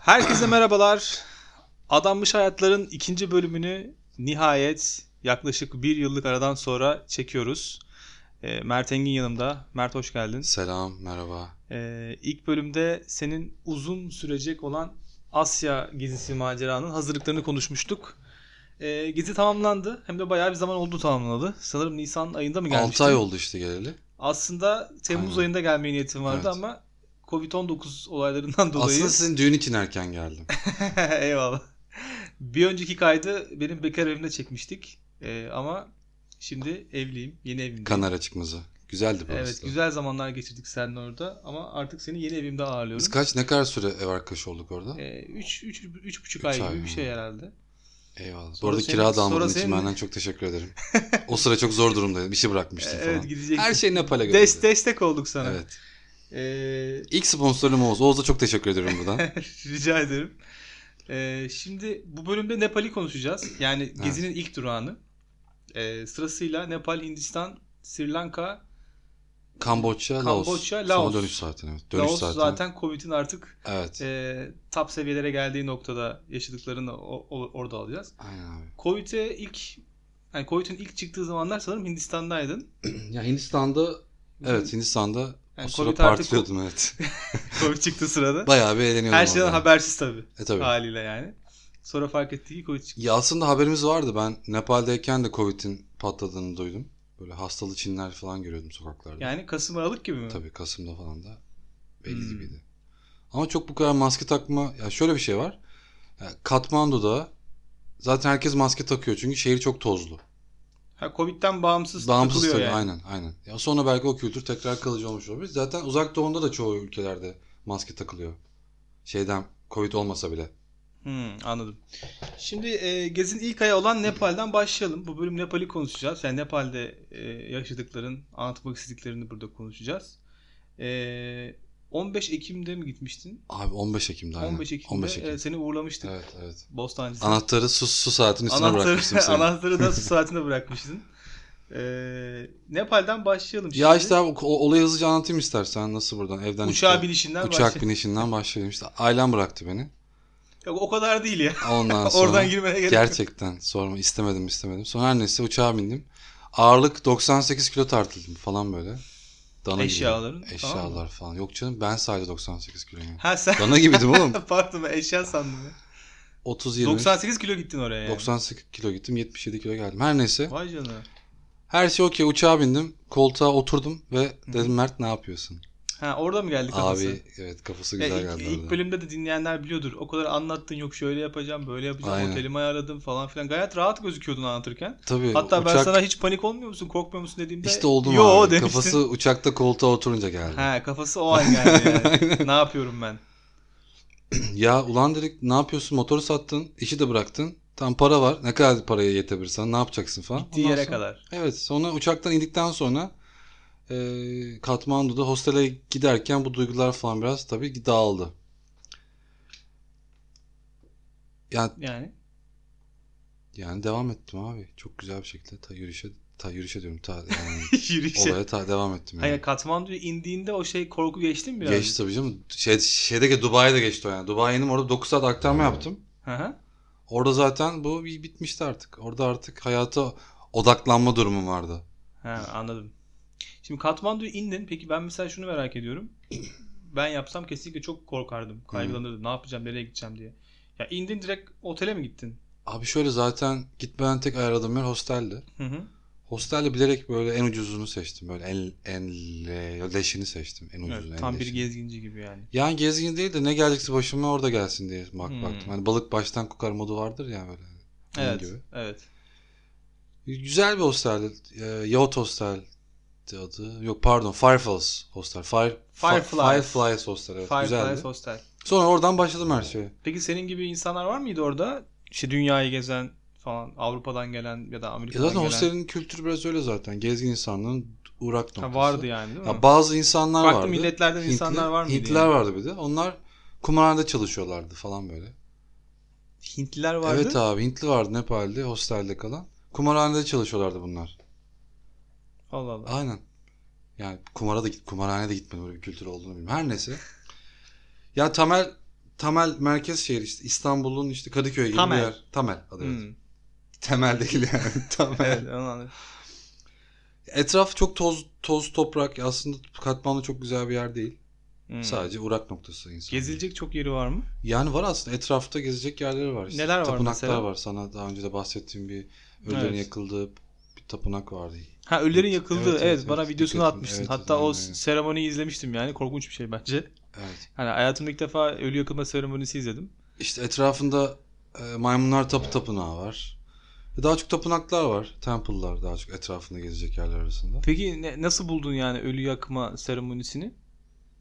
Herkese merhabalar. Adanmış Hayatların ikinci bölümünü nihayet yaklaşık bir yıllık aradan sonra çekiyoruz. Ee, Mert Engin yanımda. Mert hoş geldin. Selam, merhaba. Ee, ilk bölümde senin uzun sürecek olan Asya gezisi maceranın hazırlıklarını konuşmuştuk. Ee, gezi tamamlandı. Hem de bayağı bir zaman oldu tamamlanalı. Sanırım Nisan ayında mı gelmişti? 6 ay oldu işte geleli. Aslında Temmuz Aynen. ayında gelmeye niyetim vardı Evet. ama Covid-19 olaylarından dolayı. Aslında sizin düğün için erken geldim. Eyvallah. Bir önceki kaydı benim bekar evimde çekmiştik. Ee, ama şimdi evliyim. Yeni evimdeyim. Kanara çıkması. Güzeldi bu evet arası. güzel zamanlar geçirdik seninle orada. Ama artık seni yeni evimde Biz ağırlıyorum. kaç, ne kadar süre ev arkadaşı olduk orada? 3 üç, üç, üç buçuk Üç ay ay gibi bir mı? şey herhalde. Eyvallah. Bu Sonra arada senin- kira da almadığın sonra şey için senin- benden çok teşekkür ederim. o sıra çok zor durumdaydım. İşi bırakmıştım Ee, evet falan. gideceksin. Her şey Nepal'e göre. Des, destek olduk sana. Evet. Ee, İlk sponsorum Oğuz. Oğuz'a çok teşekkür ediyorum buradan. rica ederim. Ee, şimdi bu bölümde Nepal'i konuşacağız. Yani gezinin ilk durağını. Ee, sırasıyla Nepal, Hindistan, Sri Lanka, Kamboçya, Laos. Kamboçya, Laos. Sonra dönüş saatin evet. Dönüş Laos saatin. zaten Covid'in artık Evet. e, top seviyelere geldiği noktada yaşadıklarını o- o- orada alacağız. Aynen abi. Covid'e ilk yani Covid'in ilk çıktığı zamanlar sanırım Hindistan'daydın. Ya Hindistan'da Evet Hindistan'da Yani o sıra Covid artık- partiliyordum evet. Covid çıktığı sırada. Bayağı bir eğleniyordum. Her şeyden orada. habersiz tabii E tabii. haliyle yani. Sonra fark ettik ki Covid çıktı. Ya aslında haberimiz vardı. Ben Nepal'deyken de Covid'in patladığını duydum. Böyle hastalı Çinler falan görüyordum sokaklarda. Yani Kasım Aralık gibi mi? Tabii Kasım'da falan da belli Hmm. gibiydi. Ama çok bu kadar maske takma... Ya şöyle bir şey var. Ya Katmandu'da zaten herkes maske takıyor çünkü şehir çok tozlu. Ha, Covid'den bağımsız, Bağımsız takılıyor tabii yani. aynen aynen. Ya sonra belki o kültür tekrar kalıcı olmuş olabilir. Zaten uzak doğunda da çoğu ülkelerde maske takılıyor. Şeyden Covid olmasa bile. Hmm, anladım. Şimdi e, gezin ilk ayağı olan Nepal'den başlayalım. Bu bölüm Nepal'i konuşacağız. Yani Nepal'de e, yaşadıkların, anlatmak istediklerini burada konuşacağız. E, 15 Ekim'de mi gitmiştin? Abi 15 Ekim'de aynen. 15 Ekim'de e, seni uğurlamıştık Evet evet. Bostancı'da. Anahtarı su, su saatinin üstüne bırakmıştım Anahtarı, seni. anahtarı da su saatinde bırakmıştın. E, Nepal'den başlayalım şimdi. Ya işte abi o- olayı hızlıca anlatayım istersen nasıl buradan evden Uçağa işte, binişinden uçak başlayalım. binişinden başlayalım işte ailem bıraktı beni Yok, o kadar değil ya. ondan sonra Oradan girmeye gerek yok. gerçekten sorma istemedim istemedim sonra her neyse uçağa bindim ağırlık 98 kilo tartıldım falan böyle dana Eşyaların, gibi. tamam mı? eşyalar falan yok canım ben sadece 98 kiloyum Ha sen dana gibiydim oğlum pardon ben eşya sandım. ya. 30 20 98 kilo gittin oraya yani. 98 kilo gittim 77 kilo geldim her neyse Vay canına. her şey okey uçağa bindim koltuğa oturdum ve dedim Mert ne yapıyorsun Ha orada mı geldi kafası? abi evet kafası Ya güzel ilk, geldi ilk orada. bölümde de dinleyenler biliyordur. O kadar anlattın yok şöyle yapacağım böyle yapacağım Aynen. otelimi ayarladım falan filan. Gayet rahat gözüküyordun anlatırken. Tabii, Hatta ben E, uçak- sana hiç panik olmuyor musun korkmuyor musun dediğimde. İşte oldum Yo abi. demiştin. Kafası uçakta koltuğa oturunca geldi. Ha kafası o an geldi yani. ne yapıyorum ben? ya ulan dedik ne yapıyorsun motoru sattın işi de bıraktın. Tam para var ne kadar paraya yetebilir sana ne yapacaksın falan. Gittiği Ondan yere sonra- kadar. Evet sonra uçaktan indikten sonra eee Katmandu'da hostele giderken bu duygular falan biraz tabii ki dağıldı. Yani, Yani. yani devam ettim abi. Çok güzel bir şekilde ta yürüyüşe, ta yürüyüşe diyorum. Ta, yani, Yürüyüşe. olaya ta devam ettim. Yani. şey- Hayır Katmandu'ya indiğinde o şey korku geçti mi biraz? Geçti tabii canım. Şey, şeyde Dubai'de geçti o yani. Dubai'ye indim orada 9 saat aktarma yaptım. Hı hı. Orada zaten bu bir bitmişti artık. Orada artık hayata odaklanma durumum vardı. Ha, anladım. Şimdi Katmandu'ya indin. Peki ben mesela şunu merak ediyorum. Ben yapsam kesinlikle çok korkardım. Kaygılanırdım. Ne yapacağım, nereye gideceğim diye. Ya indin direkt otele mi gittin? Abi şöyle zaten gitmeden tek ayarladığım yer hosteldi. Hı hı. Hostelde bilerek böyle en ucuzunu seçtim. Böyle en, en le- leşini seçtim. En ucuzunu. Evet, en tam bir leşini. gezginci gibi yani. Yani gezgin değil de ne gelecekse başıma orada gelsin diye bak Hmm. baktım. Hani balık baştan kokar modu vardır ya böyle. Onun Evet. gibi. Evet. Güzel bir hostel. E, Yacht Hostel adı. Yok pardon Fireflies Hostel. Fire, Fireflies. Fireflies Hostel. Evet, güzeldi. Fireflies Hostel. Sonra oradan başladım her şey. şeye. Peki senin gibi insanlar var mıydı orada? İşte dünyayı gezen falan Avrupa'dan gelen ya da Ya Amerika'dan E zaten gelen. hostelin kültürü biraz öyle zaten. Gezgin insanlığın uğrak noktası. Ha, vardı yani değil mi? Ya bazı insanlar Farklı vardı. milletlerden Hintli- insanlar var mıydı? Hintliler yani? vardı bir de. Onlar kumarhanede çalışıyorlardı falan böyle. Hintliler vardı. Evet abi Hintli vardı Nepal'de hostelde kalan. Kumarhanede çalışıyorlardı bunlar. Allah Allah. Aynen. Yani kumara da git, kumarhaneye de gitmedim. Böyle bir kültür olduğunu bilmiyorum. Her neyse. ya Tamer Tamel merkez şehir işte İstanbul'un işte Kadıköy gibi Tamel. bir yer. Tamel adı evet. Hmm. Temel değil yani. Tamel. Evet, onu anladım. Etraf çok toz toz toprak. Aslında Katmanlı çok güzel bir yer değil. Hmm. Sadece uğrak noktası insan. Gezilecek çok yeri var mı? Yani var aslında etrafta gezecek yerleri var. işte. Neler var Tapınaklar mesela? var. Sana daha önce de bahsettiğim bir ölülerin Evet. yakıldığı bir tapınak vardı. Ha ölülerin Evet, yakıldığı evet, evet, evet, bana evet. videosunu Dikkatim- atmışsın. evet, Hatta o aynen, aynen. seremoniyi izlemiştim yani korkunç bir şey bence. Evet. Hani hayatımda ilk defa ölü yakılma seremonisi izledim. İşte etrafında e, maymunlar tapu tapınağı var. E, Daha çok tapınaklar var. Temple'lar daha çok etrafında gezecek yerler arasında. Peki ne- nasıl buldun yani ölü yakma seremonisini?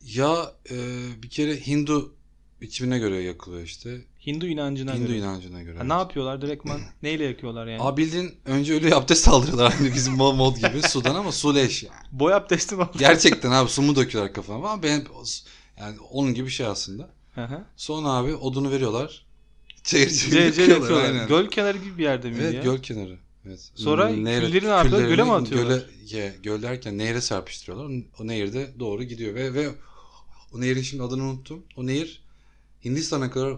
Ya e, bir kere Hindu biçimine göre yakılıyor işte. Hindu inancına Hindu göre. inancına göre. Ha, ne yapıyorlar direktman? Neyle yakıyorlar yani? Abi bildiğin önce ölüye abdest aldırıyorlar hani bizim mod, mod gibi sudan ama su leş yani. Boy abdesti mi? aldın? Gerçekten abi su mu döküyorlar kafana ama ben yani onun gibi bir şey aslında. Hı hı. Sonra abi odunu veriyorlar. Çayır C çayır C yakıyorlar, yakıyorlar. aynen. Göl kenarı gibi bir yerde miydi evet ya? göl kenarı. Evet. Sonra külleri ne yapıyorlar? küllerini Göle mi atıyorlar? Göle, ye, göl derken nehre serpiştiriyorlar. O nehirde doğru gidiyor ve ve o nehrin şimdi adını unuttum. O nehir Hindistan'a kadar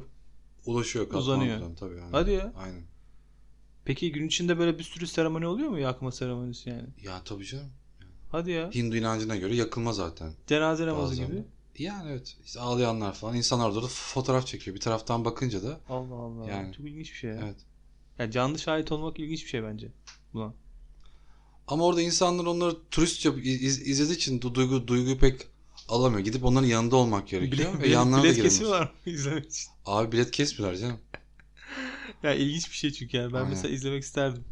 ulaşıyor. Uzanıyor. Kathmandu'dan Tabii, aynen. Hadi ya. Aynen. Peki gün içinde böyle bir sürü seremoni oluyor mu yakma seremonisi yani? Ya tabii canım. Hadi ya. Hindu inancına göre yakılma zaten. Cenaze namazı Bazen gibi. de. Yani evet. İşte ağlayanlar falan. insanlar da orada fotoğraf çekiyor. Bir taraftan bakınca da Allah Allah. Yani. Çok ilginç bir şey ya. evet. Yani canlı şahit olmak ilginç bir şey bence. Ulan. Ama orada insanlar onları turist yap, iz- izlediği için du- duygu, duyguyu pek alamıyor. Gidip onların yanında olmak gerekiyor. Bilet, ve yanlarına bilet, da bilet giremiyorsun. kesiyorlar mı izlemek için? Abi bilet kesmiyorlar canım. Ya ilginç bir şey çünkü yani. Ben Aynen. mesela izlemek isterdim.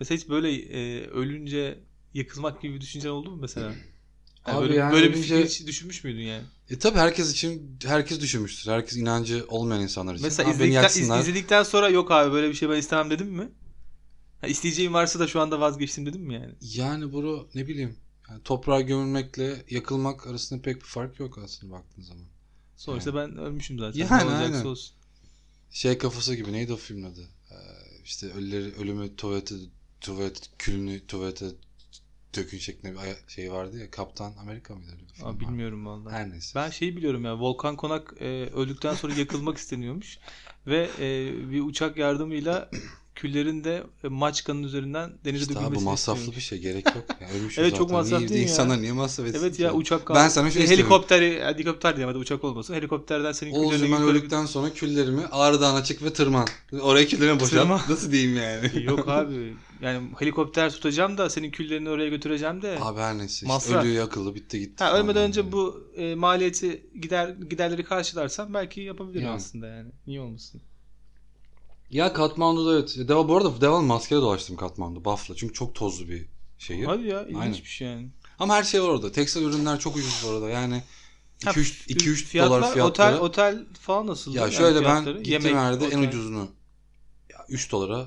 Mesela hiç böyle e, ölünce yakılmak gibi bir düşüncen oldu mu mesela? Yani Abi böyle, yani böyle bir ölünce- fikir hiç düşünmüş müydün yani? E tabi herkes için herkes düşünmüştür. Herkes inancı olmayan insanlar için. Mesela Abi beni izledikten, iz- yaksınlar. izledikten sonra yok abi böyle bir şey ben istemem dedim mi? Ha, isteyeceğim varsa da şu anda vazgeçtim dedim mi yani? Yani bunu ne bileyim. Yani toprağa gömülmekle yakılmak arasında pek bir fark yok aslında baktığın zaman. Sonuçta ben ölmüşüm zaten. Yani ne olacaksa aynen. olsun. Şey kafası gibi neydi o filmin adı? Ee, işte ölüleri, ölümü tuvalete, tuvalet, külünü tuvalete dökün şeklinde bir aya- şey vardı ya. Kaptan Amerika mıydı öyle bir film? Aa, var? bilmiyorum vallahi. Her neyse. Ben şeyi biliyorum ya Volkan Konak e, öldükten sonra yakılmak isteniyormuş ve e, bir uçak yardımıyla küllerin de e, maçkanın üzerinden denize İşte abi dökülmesini masraflı istiyormuş. bir şey gerek yok. Yani ölmüşüz Evet, çok zaten. masraflı Niye- değil mi ya? İnsanlar niye masraf etsin? Evet ki? ya uçak şey E, Ben sana şey şunu istiyorum. helikopter helikopter diyeyim hadi uçak olmasın. Helikopterden senin Oğlum ben yukarı bir- öldükten sonra küllerimi Ağrı Dağı'na çık ve tırman. Oraya küllerimi boşalt. Tırman. Nasıl diyeyim yani? Yok abi. Yani helikopter tutacağım da senin küllerini oraya götüreceğim de. Abi her neyse. Işte Masraf. ölü yakıldı bitti gitti. Ha, falan ölmeden yani. önce bu e, maliyeti gider giderleri karşılarsan belki yapabilirim Yani. aslında yani. Niye olmasın? Ya Katmandu'da evet. Deva, bu arada devam maskeli dolaştım Katmandu. Buff'la. Çünkü çok tozlu bir şehir. Hadi ya ilginç Aynen. bir şey yani. Ama her şey var orada. Tekstil ürünler çok ucuz bu arada. Yani Ha, 2-3 fiyatlar, dolar Otel, fiyatları. otel falan nasıl? ya şöyle ben gittim yerde en ucuzunu. Ya 3 dolara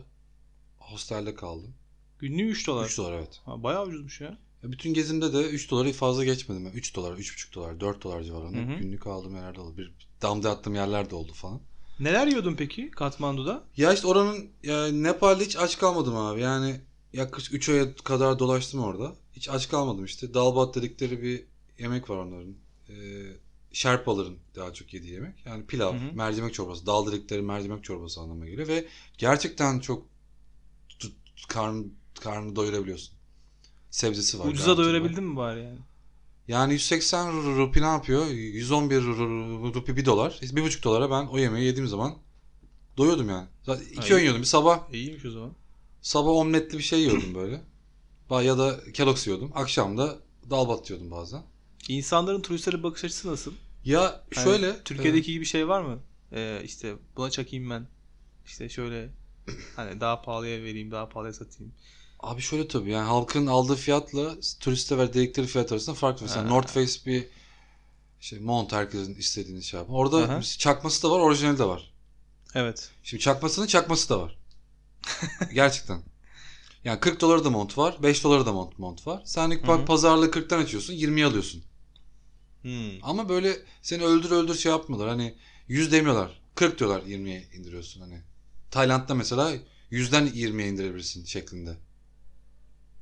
hostelde kaldım. Günlüğü 3 dolar. 3 dolar evet. Ha, bayağı ucuzmuş ya. Ya Bütün gezimde de 3 doları fazla geçmedim. Yani 3 dolar, 3,5 dolar, 4 dolar Hı civarında. hı. Günlük aldığım yerlerde oldu. Bir damda attığım yerler de oldu falan. Neler yiyordun peki Katmandu'da? Ya işte oranın ya Nepal'de hiç aç kalmadım abi. Yani yaklaşık 3 aya kadar dolaştım orada. Hiç aç kalmadım işte. Dalbat dedikleri bir yemek var onların. Ee, Şerpaların daha çok yediği yemek. Yani pilav, Hı hı. mercimek çorbası. Dal dedikleri mercimek çorbası anlamına geliyor. Ve gerçekten çok tut- karn, karnını doyurabiliyorsun. Sebzesi var. Ucuza garanti var. doyurabildin mi bari yani? Yani 180 ru- rupi ne yapıyor? 111 ru- ru- rupi 1 dolar. 1,5 dolara ben o yemeği yediğim zaman doyuyordum yani. Zaten iki Hayır. öğün yiyordum. Bir sabah İyiymiş E, o zaman. sabah omletli bir şey yiyordum böyle. Ba- Ya da Kellogg's yiyordum. Akşam da dalbat yiyordum bazen. İnsanların turistlere bakış açısı nasıl? Ya Yani şöyle e, Türkiye'deki gibi şey var mı? Ee, işte buna çakayım ben. İşte şöyle hani daha pahalıya vereyim, daha pahalıya satayım. abi şöyle tabii yani halkın aldığı fiyatla turiste verdikleri fiyat arasında fark var. Mesela Ha. North Face bir şey mont herkesin istediğini şey yapar. Orada Aha. çakması da var, orijinali de var. Evet. Şimdi çakmasının çakması da var. Gerçekten. Yani 40 dolara da mont var, 5 dolara da mont, mont var. Sen ilk Hı bak hı. pazarlığı 40'tan açıyorsun, 20'yi alıyorsun. Hmm. Ama böyle seni öldür öldür şey yapmıyorlar. Hani 100 demiyorlar. 40 diyorlar 20'ye indiriyorsun hani. Tayland'da mesela 100'den 20'ye indirebilirsin şeklinde.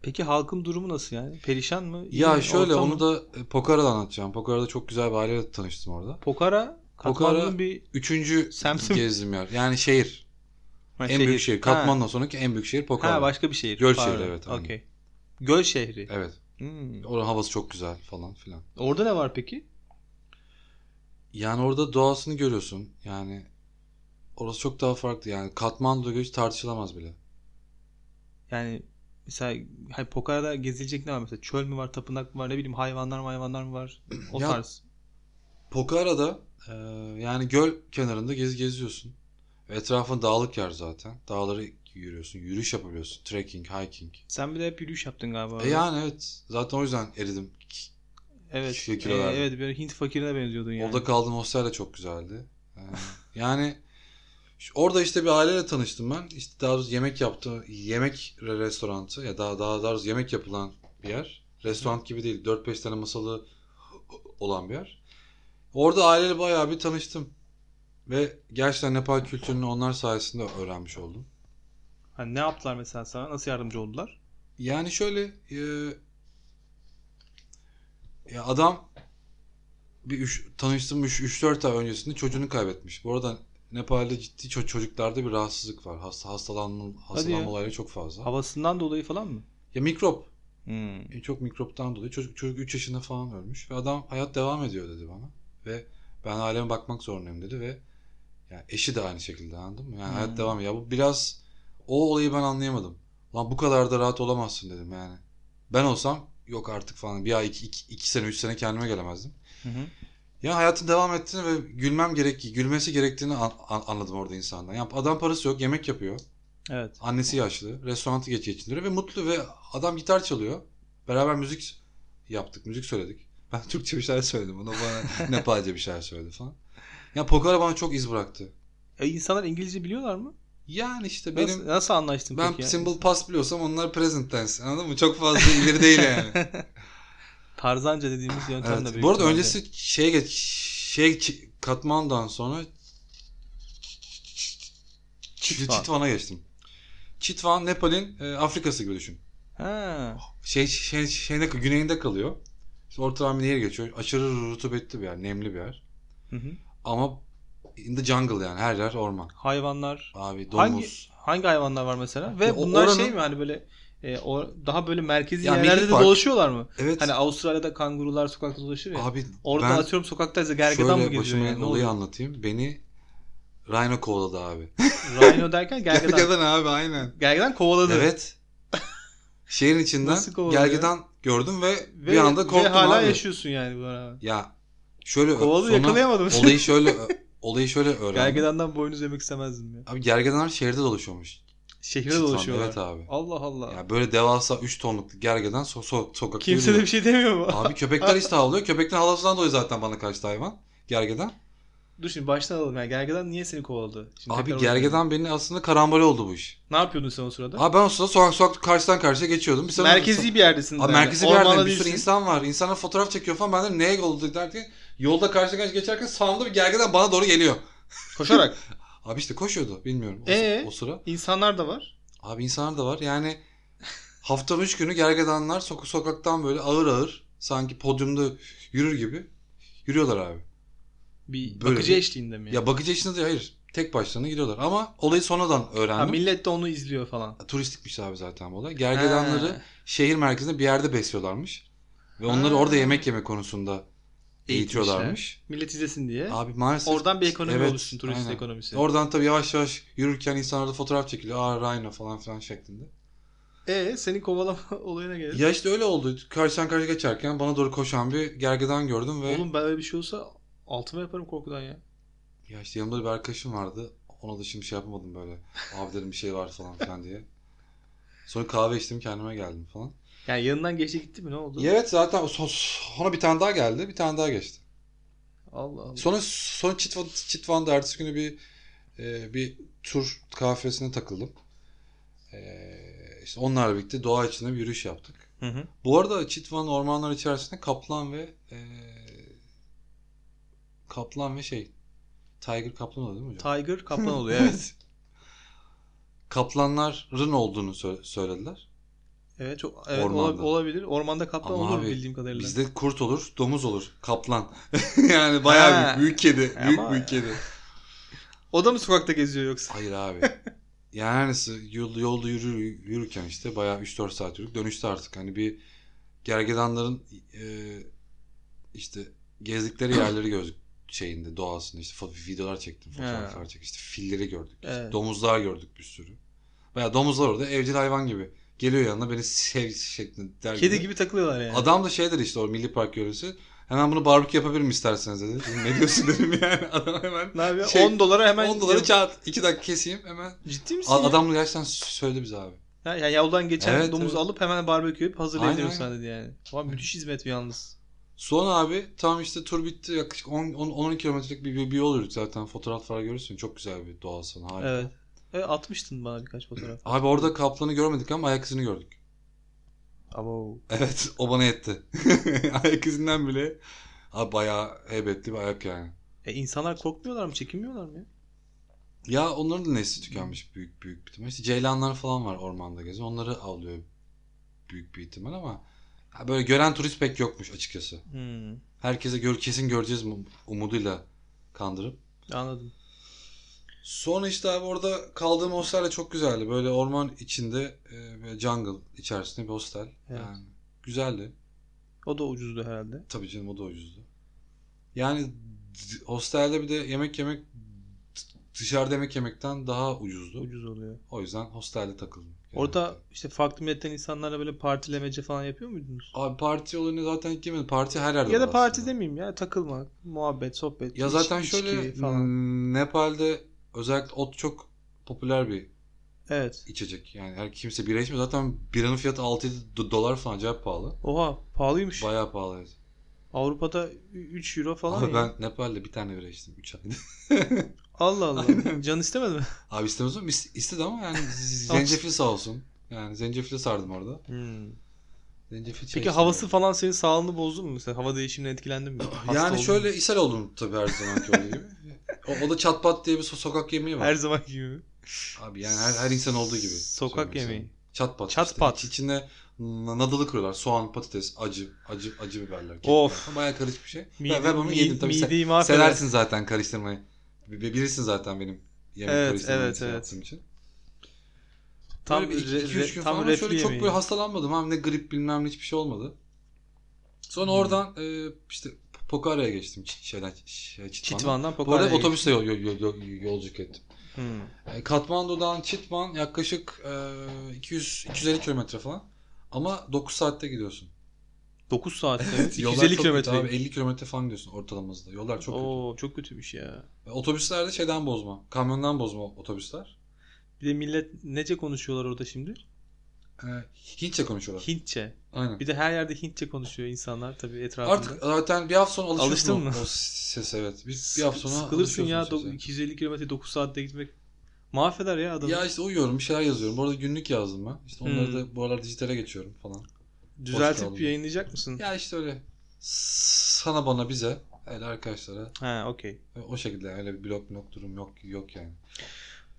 Peki halkın durumu nasıl yani? Perişan mı? İyi ya mi? şöyle Ortam onu mı? da e, Pokhara'da anlatacağım. Pokhara'da çok güzel bir aileyle tanıştım orada. Pokhara Katmandu'nun bir Üçüncü Samsun- gezdim yer. Yani şehir. Ha, en büyük şey. şehir. Ha. Katmandu'dan sonraki en büyük şehir Pokhara. Ha başka bir şehir. Göl Pardon. şehri, evet, aynen. Okey. Göl şehri. Evet. Hmm. Oranın havası çok güzel falan filan. Orada ne var peki? Yani orada doğasını görüyorsun. Yani orası çok daha farklı. Yani Katmandu'da göç tartışılamaz bile. Yani mesela hani Pokhara'da gezilecek ne var mesela? Çöl mü var, tapınak mı var, ne bileyim hayvanlar mı hayvanlar mı var? O Ya- tarz. Pokhara'da e, yani göl kenarında gez geziyorsun. Etrafın dağlık yer zaten. Dağları yürüyorsun, yürüyüş yapabiliyorsun. Trekking, hiking. Sen bir de hep yürüyüş yaptın galiba. E yani evet. Zaten o yüzden eridim. Ki- evet. kişiye kilo Ee, verdim. evet böyle Hint fakirine benziyordun yani. Orada kaldığım hostel de çok güzeldi. E, yani şu- orada işte bir aileyle tanıştım ben. İşte daha doğrusu yemek yaptı. Yemek re- restoranı ya daha daha daha doğrusu yemek yapılan bir yer. Restoran gibi değil. 4-5 tane masalı olan bir yer. Orada aileyle bayağı bir tanıştım. Ve gerçekten Nepal kültürünü onlar sayesinde öğrenmiş oldum. Hani ne yaptılar mesela sana? Nasıl yardımcı oldular? Yani şöyle e, ya adam bir üç, tanıştığım 3-4 ay öncesinde çocuğunu kaybetmiş. Bu arada Nepal'de ciddi ço- çocuklarda bir rahatsızlık var. Hasta, hastalanma, hastalanma ya. olayları çok fazla. Havasından dolayı falan mı? Ya mikrop. Hmm. E, çok mikroptan dolayı. Çocuk, çocuk 3 yaşında falan ölmüş. Ve adam hayat devam ediyor dedi bana. Ve ben aileme bakmak zorundayım dedi ve yani eşi de aynı şekilde anladın mı? Yani Hmm. hayat devam ediyor. Ya bu biraz o olayı ben anlayamadım. Lan bu kadar da rahat olamazsın dedim yani. Ben olsam yok artık falan. Bir ay iki, iki, iki sene üç sene kendime gelemezdim. Hı hı. Ya hayatın devam ettiğini ve gülmem gerektiği, gülmesi gerektiğini an- an- anladım orada insandan. Ya adam parası yok, yemek yapıyor. Evet. Annesi yaşlı. Restoranı geç geçindiriyor ve mutlu ve adam gitar çalıyor. Beraber müzik yaptık, müzik söyledik. Ben Türkçe bir şeyler söyledim. O da bana Nepalce bir şeyler söyledi falan. Ya Pokhara bana çok iz bıraktı. E, insanlar İngilizce biliyorlar mı? Yani işte benim Nasıl, nasıl anlaştın ben peki? yani? simple past biliyorsam onlar present tense. Anladın mı? Çok fazla ileri değil yani. Tarzanca dediğimiz yöntem de evet. büyük Bu arada ihtimalle. öncesi şeye geç şey Ç- Katmandu'dan sonra Çitvan. Çitvan'a geçtim. Çitvan Nepal'in e, Afrikası gibi düşün. Ha. şey şey şey ne güneyinde kalıyor. İşte ortadan bir nehir geçiyor. Aşırı rutubetli bir yer, nemli bir yer. Hı hı. Ama in the jungle yani her yer orman. Hayvanlar. Abi Hangi domuz. hangi hayvanlar var mesela? Ve Ya o- bunlar oranın- şey mi hani böyle e, o, daha böyle merkezi Ya milli yerlerde de park. dolaşıyorlar mı? Evet. Hani Avustralya'da kangurular sokakta dolaşır ya. abi Orada ben atıyorum sokaktaysa şöyle gergedan mı geziyor? başıma Yani? Ne olayı oluyor? anlatayım. Beni Rhino kovaladı abi. Rhino derken gergedan. abi aynen. gergedan kovaladı. Evet. Şehrin içinden Nasıl kovalıyor? gergedan gördüm ve, Ve, bir anda korktum ve hala abi. yaşıyorsun yani bu ara. Ya şöyle ö- Kovaladı sonra yakalayamadım. olayı şöyle ö- olayı şöyle öğrendim. Gergedandan boynuz yemek istemezdim ya. Abi gergedanlar şehirde dolaşıyormuş. Şehre Çitvan'da, dolaşıyorlar. Evet abi. Allah Allah. Ya böyle devasa 3 tonluk gergedan so so sokakta Kimse de bir yürüyor. şey demiyor mu? Abi köpekler işte havlıyor. Köpeklerin havlasından dolayı zaten bana kaçtı hayvan. Gergedan. Dur şimdi baştan alalım. Yani gergedan niye seni kovaladı? Şimdi tekrar Abi onu- gergedan beni aslında karambol oldu bu iş. Ne yapıyordun sen o sırada? Abi ben o sırada sokak sokak karşıdan karşıya geçiyordum. Bir sırada- merkezi bir yerdesin. Abi yani. merkezi bir yerde Ormanda bir sürü değilsin. insan var. İnsanlar fotoğraf çekiyor falan. Ben de neye yolda derken yolda karşıya karşıya geçerken sağımda bir gergedan bana doğru geliyor. Koşarak. Abi işte koşuyordu. Bilmiyorum. O, Ee? o sıra. İnsanlar da var. Abi insanlar da var. Yani haftanın üç günü gergedanlar sok- sokaktan böyle ağır ağır sanki podyumda yürür gibi yürüyorlar abi. Bir Böyle bakıcı bir- eşliğinde mi? yani? Ya bakıcı işinde de hayır. Tek başlarına gidiyorlar. Ama olayı sonradan ha, öğrendim. millet de onu izliyor falan. Turistikmiş abi zaten bu olay. Gergedanları Ha. şehir merkezinde bir yerde besliyorlarmış. Ve onları Ha. orada yemek yeme konusunda eğitiyorlarmış. Millet izlesin diye. Abi maalesef Oradan bir ekonomi Evet, oluşsun. Turist aynen. ekonomisi. Oradan tabii yavaş yavaş yürürken insanlar da fotoğraf çekiliyor. Aa Rhino falan filan şeklinde. Ee senin kovalama olayına gelelim. Ya işte öyle oldu. Karşıdan karşıya geçerken bana doğru koşan bir gergedan gördüm ve Oğlum ben öyle bir şey olsa altıma yaparım korkudan ya. ya işte yanımda bir arkadaşım vardı. Ona da şimdi şey yapamadım böyle. Abi dedim bir şey var falan filan diye. Sonra kahve içtim kendime geldim falan. Yani yanından geçti gitti mi ne oldu? Evet zaten o- so- sonra bir tane daha geldi. Bir tane daha geçti. Allah Allah. Sonra sonra Çitvan, Çitvan'da ertesi günü bir e, bir tur kafesine takıldım. E, işte onlarla birlikte doğa içinde bir yürüyüş yaptık. Hı hı. Bu arada Çitvan ormanlar içerisinde kaplan ve e, kaplan ve şey tiger kaplan oluyor değil mi hocam? Tiger kaplan oluyor evet. Kaplanların olduğunu sö- söylediler. Evet, çok, evet Ormanda. ola- olabilir. Ormanda kaplan Ama olur abi, bildiğim kadarıyla. Bizde kurt olur, domuz olur, kaplan. yani bayağı Ha. E büyük, büyük kedi, Ama- büyük büyük kedi. O da mı sokakta geziyor yoksa? Hayır abi. Yani s- yol, yolda yürü, yürürken işte bayağı 3-4 saat yürüdük. Dönüşte artık hani bir gergedanların e, işte gezdikleri yerleri gördük şeyinde doğasında işte foto- videolar çektim fotoğraflar çektim işte filleri gördük işte Evet. domuzlar gördük bir sürü veya domuzlar orada evcil hayvan gibi geliyor yanına beni sev şeklinde der Kedi gibi takılıyorlar yani. Adam da şey dedi işte o milli park görevlisi. Hemen bunu barbekü yapabilirim isterseniz dedi. Dedim, ne diyorsun dedim yani. Adam hemen ne yapıyor? Şey, 10 dolara hemen 10 doları kağıt. 2 dakika keseyim hemen. Ciddi misin? A- ya? adam gerçekten söyledi bize abi. Ha, yani yoldan geçen Evet, domuz evet. alıp hemen barbekü yapıp hazırlayabilirim Aynen, sana dedi yani. Ulan müthiş hizmet bu yalnız. Son abi tam işte tur bitti. Yaklaşık 10 10 12 kilometrelik bir, bir, bir yol yürüdük zaten. Fotoğraflar görürsün. Çok güzel bir doğalsın. Harika. Evet. evet. Atmıştın bana birkaç fotoğraf. Abi orada kaplanı görmedik ama ayak izini gördük. Abo. Evet o bana yetti. ayak izinden bile abi bayağı heybetli bir ayak yani. E, insanlar korkmuyorlar mı? Çekinmiyorlar mı ya? Ya onların da nesli tükenmiş büyük büyük bir ihtimal. İşte ceylanlar falan var ormanda gezen. Onları avlıyor büyük bir ihtimal ama ha böyle gören turist pek yokmuş açıkçası. Hmm, Herkese gör kesin göreceğiz mu- umuduyla kandırıp. anladım. Sonra işte abi orada kaldığım hostel de çok güzeldi. Böyle orman içinde e, böyle jungle içerisinde bir hostel. Evet. Yani güzeldi. O da ucuzdu herhalde. Tabii canım o da ucuzdu. Yani d- hostelde bir de yemek yemek d- dışarıda yemek yemekten daha ucuzdu. Ucuz oluyor. O yüzden hostelde takıldım. Orada Genelde. işte farklı milletten insanlarla böyle partilemece falan yapıyor muydunuz? Abi parti olayına zaten hiç girmedim. Parti her yerde Ya da var parti aslında. demeyeyim ya takılmak, muhabbet, sohbet, Ya iç- zaten içki şöyle Hmm. falan. m, Nepal'de özellikle ot çok popüler bir Evet. içecek. Yani her kimse bira içmiyor. Zaten biranın fiyatı 6-7 dolar falan acayip pahalı. Oha pahalıymış. Bayağı pahalı evet. Avrupa'da 3 euro falan. Abi ya. ben Nepal'de bir tane bira içtim 3 ayda. Allah Allah. Can istemedi mi? Abi istemez mi? İs- İstedi ama yani z- zencefil sağ olsun. Yani zencefili sardım orada. Zencefil çay Peki içtim havası yani. falan senin sağlığını bozdu mu? Mesela hava değişimine etkilendin mi? Hasta oldun Yani mu? şöyle ishal oldum tabii her zamanki olduğu gibi. O, o da çatpat diye bir so- sokak yemeği var. Her zaman gibi. Abi yani her, her insan olduğu gibi. Sokak Söylemek yemeği. istedim. Çatpat. Çat işte. pat. İç- İçine n- nadalı kırıyorlar. Soğan, patates, acı, acı, acı biberler. kekik Of. falan. Bayağı karışık bir şey. Mide, ben, ben bunu yedim tabii. Sen, Mideyi mahveder. seversin zaten karıştırmayı. Bi- bi- Bilirsin zaten benim yemek Evet, karıştırmayı evet, şey evet. yaptığım için. Tam Böyle bir iki- re- iki, üç re- gün tam falan refli şöyle çok yemeği. böyle hastalanmadım. Hem ne grip bilmem ne hiçbir şey olmadı. Sonra Hmm. oradan e, işte Pokhara'ya geçtim. Ç- Şeyden, şey, Çitman'dan. Çitvan'dan Bu arada Pokhara'ya otobüsle yol, yol, yol, yol- yolculuk ettim. gittim. Hmm. E, Katmandu'dan Çitman yaklaşık e, 200 250 kilometre falan. Ama 9 saatte gidiyorsun. 9 saatte. Yollar 250 çok kötü kilometre. Abi 50 kilometre falan gidiyorsun ortalaması da. Yollar çok Oo çok kötüymüş ya. kötü. E, Otobüsler de şeyden bozma. Kamyondan bozma otobüsler. Bir de millet nece konuşuyorlar orada şimdi? E, Hintçe konuşuyorlar. Hintçe. Aynen. Bir de her yerde Hintçe konuşuyor insanlar tabii etrafında. Artık zaten bir hafta sonra alışıyorsun Alıştın mı? o, o sese evet. Bir, bir hafta sonra sıkılırsın ya alışıyorsun do- sese. 250 kilometre 9 saatte gitmek mahveder ya adamı. Ya işte uyuyorum bir şeyler yazıyorum. Bu arada günlük yazdım ben. İşte onları Hmm. da bu aralar dijitale geçiyorum falan. hoş Düzeltip geldin. yayınlayacak mısın? Ya işte öyle sana bana bize öyle arkadaşlara Ha okey. O şekilde öyle bir blok blok durum yok yok yani.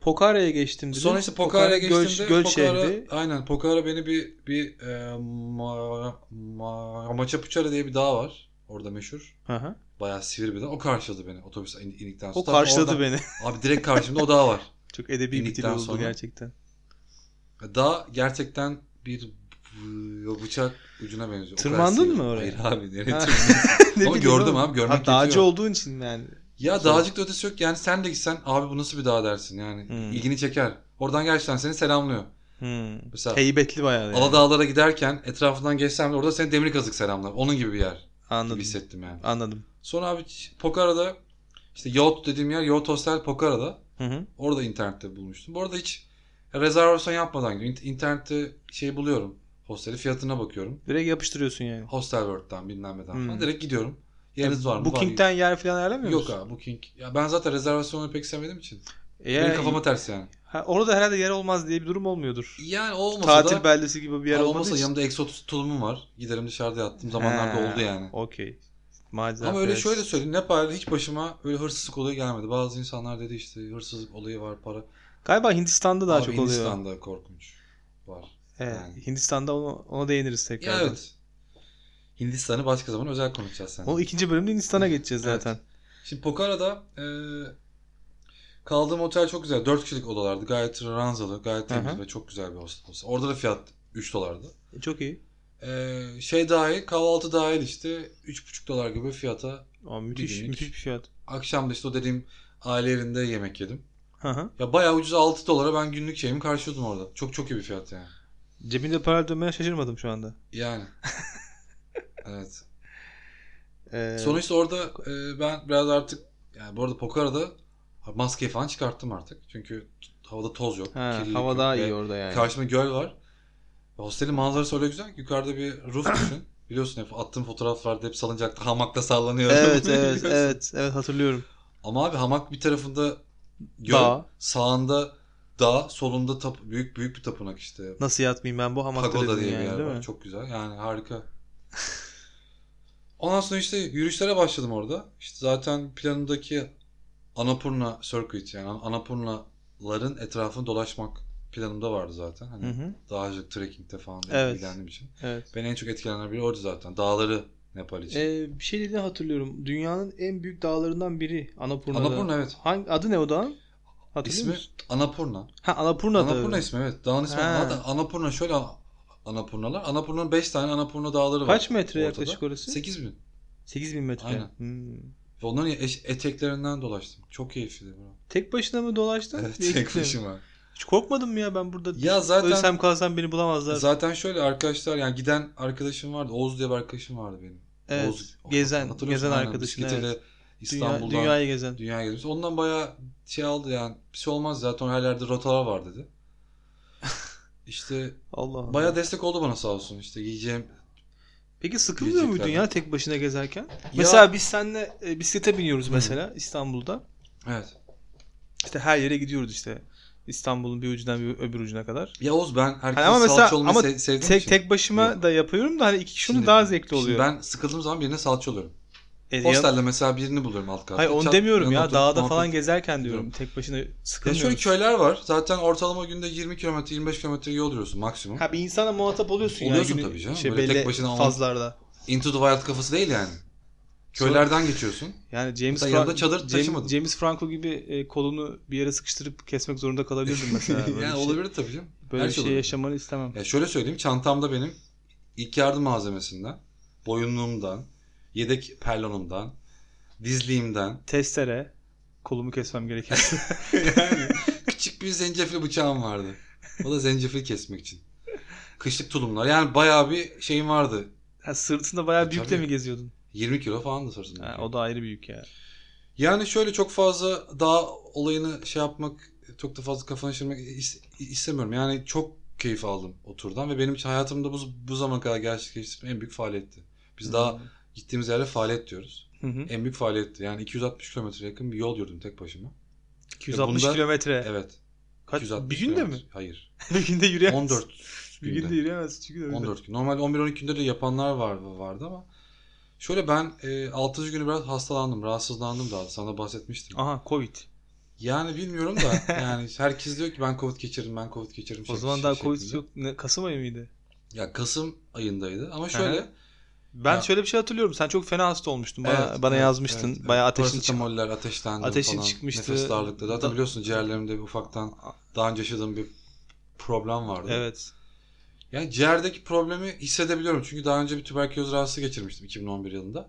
Pokare'ye geçtim dedim. Sonra işte Pokhara'ya Pokhara geçtiğimde göl, göl Pokhara, şehri. aynen Pokhara beni bir bir e, ma, ma, Machapuchara diye bir dağ var. Orada meşhur. Hı hı. Bayağı sivri bir dağ. O karşıladı beni otobüse in- indikten sonra. O karşıladı Tam beni. oradan- Abi direkt karşımda o dağ var. Çok edebi bir dil İndikten oldu sonra. gerçekten. Dağ gerçekten bir bu- bıçak ucuna benziyor. O kadar Tırmandın sivri. mı oraya? Hayır abi nereye Ha. tırmanıyorsun? Ne Ama bileyim gördüm oğlum. abi görmek Ha, dağcı yetiyor. olduğun için yani. Ya Sonra. dağcık da ötesi yok. Yani sen de gitsen abi bu nasıl bir dağ dersin yani. Hmm. ilgini çeker. Oradan gerçekten seni selamlıyor. Hmm. Mesela Heybetli bayağı yani. Aladağlara giderken etrafından geçsem de orada seni demir kazık selamlar. Onun gibi bir yer gibi Anladım. hissettim yani. Anladım. Sonra abi Ç- Pokhara'da işte Yacht dediğim yer Yacht Hostel Pokhara'da. Hı hı. Orada internette bulmuştum. Bu arada hiç rezervasyon yapmadan gidiyorum. İnt- internette şey buluyorum. Hosteli fiyatına bakıyorum. Direkt yapıştırıyorsun yani. Hostel World'dan bilmem neden falan. Hmm. E, Direkt gidiyorum. Yeriniz var mı? Var. Booking'den yer falan ayarlamıyor Yok musun? abi Booking. Ya ben zaten rezervasyonu pek sevmediğim için. Eğer- Benim kafama ters yani. Ha, orada herhalde yer olmaz diye bir durum olmuyordur. Yani o olmasa Tatil da beldesi gibi bir yer Abi olmadığı olmasa için. yanımda X30 tulumum var. Giderim dışarıda yattığım zamanlarda Ha, oldu yani. Okey. Macera Ama öyle perest. şöyle söyleyeyim Nepal'de hiç başıma öyle hırsızlık olayı gelmedi. Bazı insanlar dedi işte hırsızlık olayı var para. Galiba Hindistan'da daha Abi çok oluyor. Hindistan'da korkunç var. Evet. Yani. Hindistan'da onu, ona değiniriz Ya tekrardan. evet. Hindistan'ı başka zaman özel konuşacağız seninle. O ikinci bölümde Hindistan'a geçeceğiz Evet. zaten. Şimdi Pokhara'da e, kaldığım otel çok güzel. 4 kişilik odalardı. Gayet ranzalı, gayet temiz Hı hı. ve çok güzel bir hostel. hostel. Orada da fiyat 3 dolardı. Çok iyi. E, şey dahil, kahvaltı dahil işte 3,5 dolar gibi fiyata. Aa, müthiş, günlük. müthiş bir şey fiyat. Akşam da işte o dediğim aile yerinde yemek yedim. Hı hı. Ya bayağı ucuz 6 dolara ben günlük şeyimi karşılıyordum orada. Çok çok iyi bir fiyat yani. Cebinde para dönmeye şaşırmadım şu anda. Yani. evet. Ee, Sonuçta orada e, ben biraz artık yani bu arada Pokhara'da maskeyi falan çıkarttım artık. Çünkü t- havada toz yok. ha, kirlilik hava yok daha ve iyi orada yani. Karşımda göl var. Ve Hostelin manzarası öyle güzel ki yukarıda bir roof düşün. Biliyorsun hep attığım fotoğraflarda hep salıncakta hamakla sallanıyorum. evet evet Biliyorsun. evet evet hatırlıyorum. Ama abi hamak bir tarafında göl, Dağ. sağında dağ, solunda tap- büyük büyük bir tapınak işte. Nasıl yatmayayım ben bu hamakta Pagoda dedin diye bir yani, yer değil var. mi? Çok güzel. Yani harika. Ondan sonra işte yürüyüşlere başladım orada. İşte zaten planımdaki Annapurna Circuit yani An- Annapurna'ların etrafını dolaşmak planımda vardı zaten. Hani Hı hı. daha önce trekkingte falan da Evet. ilgilendiğim için. Evet. Beni en çok etkilenenler biri oydu zaten. Dağları Nepal için. Ee, bir şey dediğini hatırlıyorum. Dünyanın en büyük dağlarından biri Annapurna'da. Annapurna evet. Hangi, adı ne o dağın? Hatırlıyor İsmi musun? Annapurna. Ha Annapurna dağı. Annapurna ismi evet. Dağın ismi. Ha. Hatta Annapurna şöyle Annapurnalar. Annapurna'nın 5 tane Annapurna dağları var. Kaç metre ortada? yaklaşık orası? 8 bin. 8000 metre. Aynen. Hmm. Ve onların eş- eteklerinden dolaştım. Çok keyifliydi bu. Tek başına mı dolaştın? Bir Evet, ekiple tek mi? başıma. Hiç korkmadın mı ya ben burada? Ya zaten Ölsem kalsam beni bulamazlar. zaten şöyle arkadaşlar yani giden arkadaşım vardı. Oğuz diye bir arkadaşım vardı benim. evet. Oğuz, gezen, hatırlıyorsun, gezen aynen. arkadaşın. Bisikletiyle Evet. Dünya, İstanbul'dan dünya, dünyayı gezen. gelmiş. Ondan bayağı şey aldı yani. Bir şey olmaz zaten her yerde rotalar var dedi. işte Allah Allah. bayağı destek oldu bana sağ olsun. İşte yiyeceğim. Peki sıkılmıyor Yiyecekler. muydun ya tek başına gezerken? Ya- Mesela biz seninle e, bisiklete biniyoruz Hı. mesela İstanbul'da. Evet. İşte her yere gidiyoruz işte. İstanbul'un bir ucundan bir öbür ucuna kadar. Ya Oğuz ben herkese ama mesela- salça olmayı ama se- sevdiğim Tek için. tek başıma Yok. da yapıyorum da hani iki kişi Şimdi- olunca daha zevkli Şimdi oluyor. ben sıkıldığım zaman birine salça oluyorum. E, ya- Hostelde mesela birini buluyorum alt katta. Hayır onu Çat- demiyorum yanına ya. oturup Dağda muhabbet falan gezerken diyorum. Tek başına Ya sıkılmıyoruz. şöyle köyler var. Zaten ortalama günde 20 kilometre 25 kilometre yol yürüyorsun maksimum. Ha bir insana muhatap oluyorsun yani. Oluyorsun günü- tabii canım. Şey, Böyle belli tek başına olmaz. fazlarda. Into the Wild kafası değil yani. Köylerden geçiyorsun. Yani James Mesela yanında Fran- çadır James- taşımadım. James Franco gibi e, kolunu bir yere sıkıştırıp kesmek zorunda kalabilirdim mesela. Böyle yani bir şey, olabilir tabii canım. böyle her bir şey şey olabilir. yaşamanı istemem. Ya şöyle söyleyeyim. Çantamda benim ilk yardım malzemesinden, boyunluğumdan, yedek perlonumdan, dizliğimden Testere kolumu kesmem gerekirse. yani küçük bir zencefil bıçağım vardı. O da zencefil kesmek için. Kışlık tulumlar. Yani bayağı bir şeyim vardı. ha, sırtında bayağı E, büyük de tabii. mi geziyordun? 20 kilo falan da sırtımda. Ha, o da ayrı büyük ya. Yani şöyle çok fazla daha olayını şey yapmak, çok da fazla kafanı şişirmek is- istemiyorum. Yani çok keyif aldım o turdan ve benim için hayatımda bu, bu zamana kadar gerçekleştirdiğim en büyük faaliyetti. Biz daha gittiğimiz yerde faaliyet diyoruz. Hı hı. En büyük faaliyetti. Yani 260 kilometre yakın bir yol yürüdüm tek başıma. 260 bunda- kilometre. Evet. Kaç, 260 bir günde mi? kilometre. Hayır. bir günde yürüyemezsin. 14 Bir günde günde. yürüyemezsin çünkü öyle. 14 gün. Normalde 11-12 günde de yapanlar var, vardı ama şöyle ben e, 6. günü biraz hastalandım, rahatsızlandım daha. Sana bahsetmiştim. Aha Covid. Şey, Yani bilmiyorum da yani herkes diyor ki ben Covid geçirdim ben Covid geçirdim. O şek- zaman daha şek- Covid şey şeklinde. yok. Ne, Kasım ayı mıydı? Ya Kasım ayındaydı ama şöyle. Aha. Ben Ya. şöyle bir şey hatırlıyorum. Sen çok fena hasta olmuştun. Bana, Evet, bana evet, yazmıştın. evet, evet. Bayağı ateşin çık- Parasetamoller, ateşlendim ateşin falan. çıkmıştı. Nefes darlıkta. Zaten Da- biliyorsun ciğerlerimde bir ufaktan daha önce yaşadığım bir problem vardı. Evet. Yani ciğerdeki problemi hissedebiliyorum. Çünkü daha önce bir tüberküloz rahatsızlığı geçirmiştim 2011 yılında.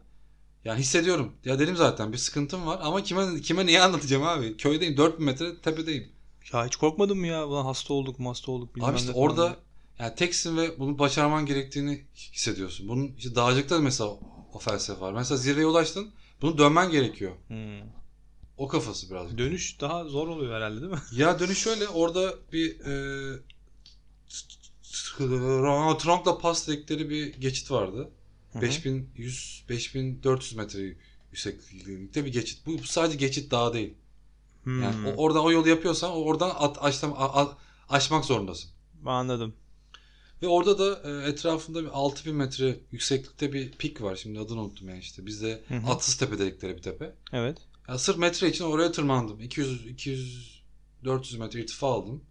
Yani hissediyorum. Ya dedim zaten bir sıkıntım var ama kime kime niye anlatacağım abi? Köydeyim 4000 metre tepedeyim. Ya hiç korkmadın mı ya? Ulan hasta olduk mu hasta olduk bilmem Abi işte ne falan orada diye. yani teksin ve bunu başarman gerektiğini hissediyorsun. Bunun işte dağcılıkta da mesela o felsefe var. Mesela zirveye ulaştın, bunu dönmen gerekiyor. Hmm. O kafası birazcık. Dönüş daha zor oluyor herhalde değil mi? ya dönüş şöyle, orada bir e, Trunk'la pas dedikleri bir geçit vardı. Hı hı. 5100, 5400 metre yükseklikte bir geçit. Bu, bu sadece geçit dağ değil. Hmm. Yani o, oradan o yolu yapıyorsan o oradan at, açlam- a- a- açmak zorundasın. Anladım. Ve orada da e, etrafında bir 6000 metre yükseklikte bir pik var. Şimdi adını unuttum yani işte. Bizde Hı hı. Atsız Tepe dedikleri bir tepe. Evet. Ya sırf metre için oraya tırmandım. 200 200 400 metre irtifa aldım.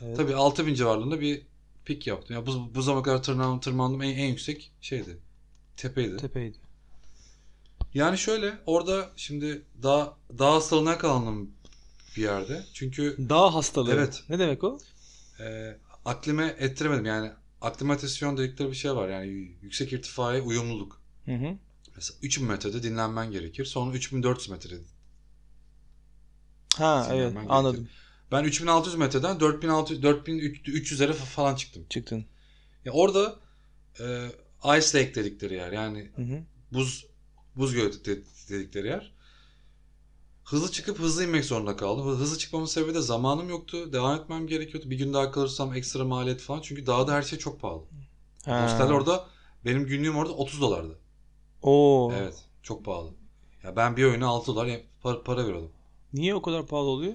Evet. Tabii 6000 civarında bir pik yaptım. Ya bu, bu zamana kadar tırnağım, tırmandım en, en yüksek şeydi. Tepeydi. Tepeydi. Yani şöyle orada şimdi daha daha hastalığına kaldım bir yerde. Çünkü Dağ hastalığı. Evet. Ne demek o? e, aklime ettiremedim yani aklimatasyon dedikleri bir şey var yani y- yüksek irtifaya uyumluluk. Hı hı. Mesela 3000 metrede dinlenmen gerekir. Sonra 3400 metrede. Ha Sinirlenmen evet gerekti. anladım. Ben 3600 metreden 4600 4300'lere fa- falan çıktım. Çıktın. Ya orada e, ice lake dedikleri yer yani Hı hı. buz buz gölü de- dedikleri yer. Hızlı çıkıp hızlı inmek zorunda kaldım. Hı- Hızlı çıkmamın sebebi de zamanım yoktu. Devam etmem gerekiyordu. Bir gün daha kalırsam ekstra maliyet falan. Çünkü dağda her şey çok pahalı. Ha. Hostel orada benim günlüğüm orada 30 dolardı. Oo. Evet. Çok pahalı. Ya ben bir oyuna 6 dolar ya- para, para veriyordum. Niye o kadar pahalı oluyor?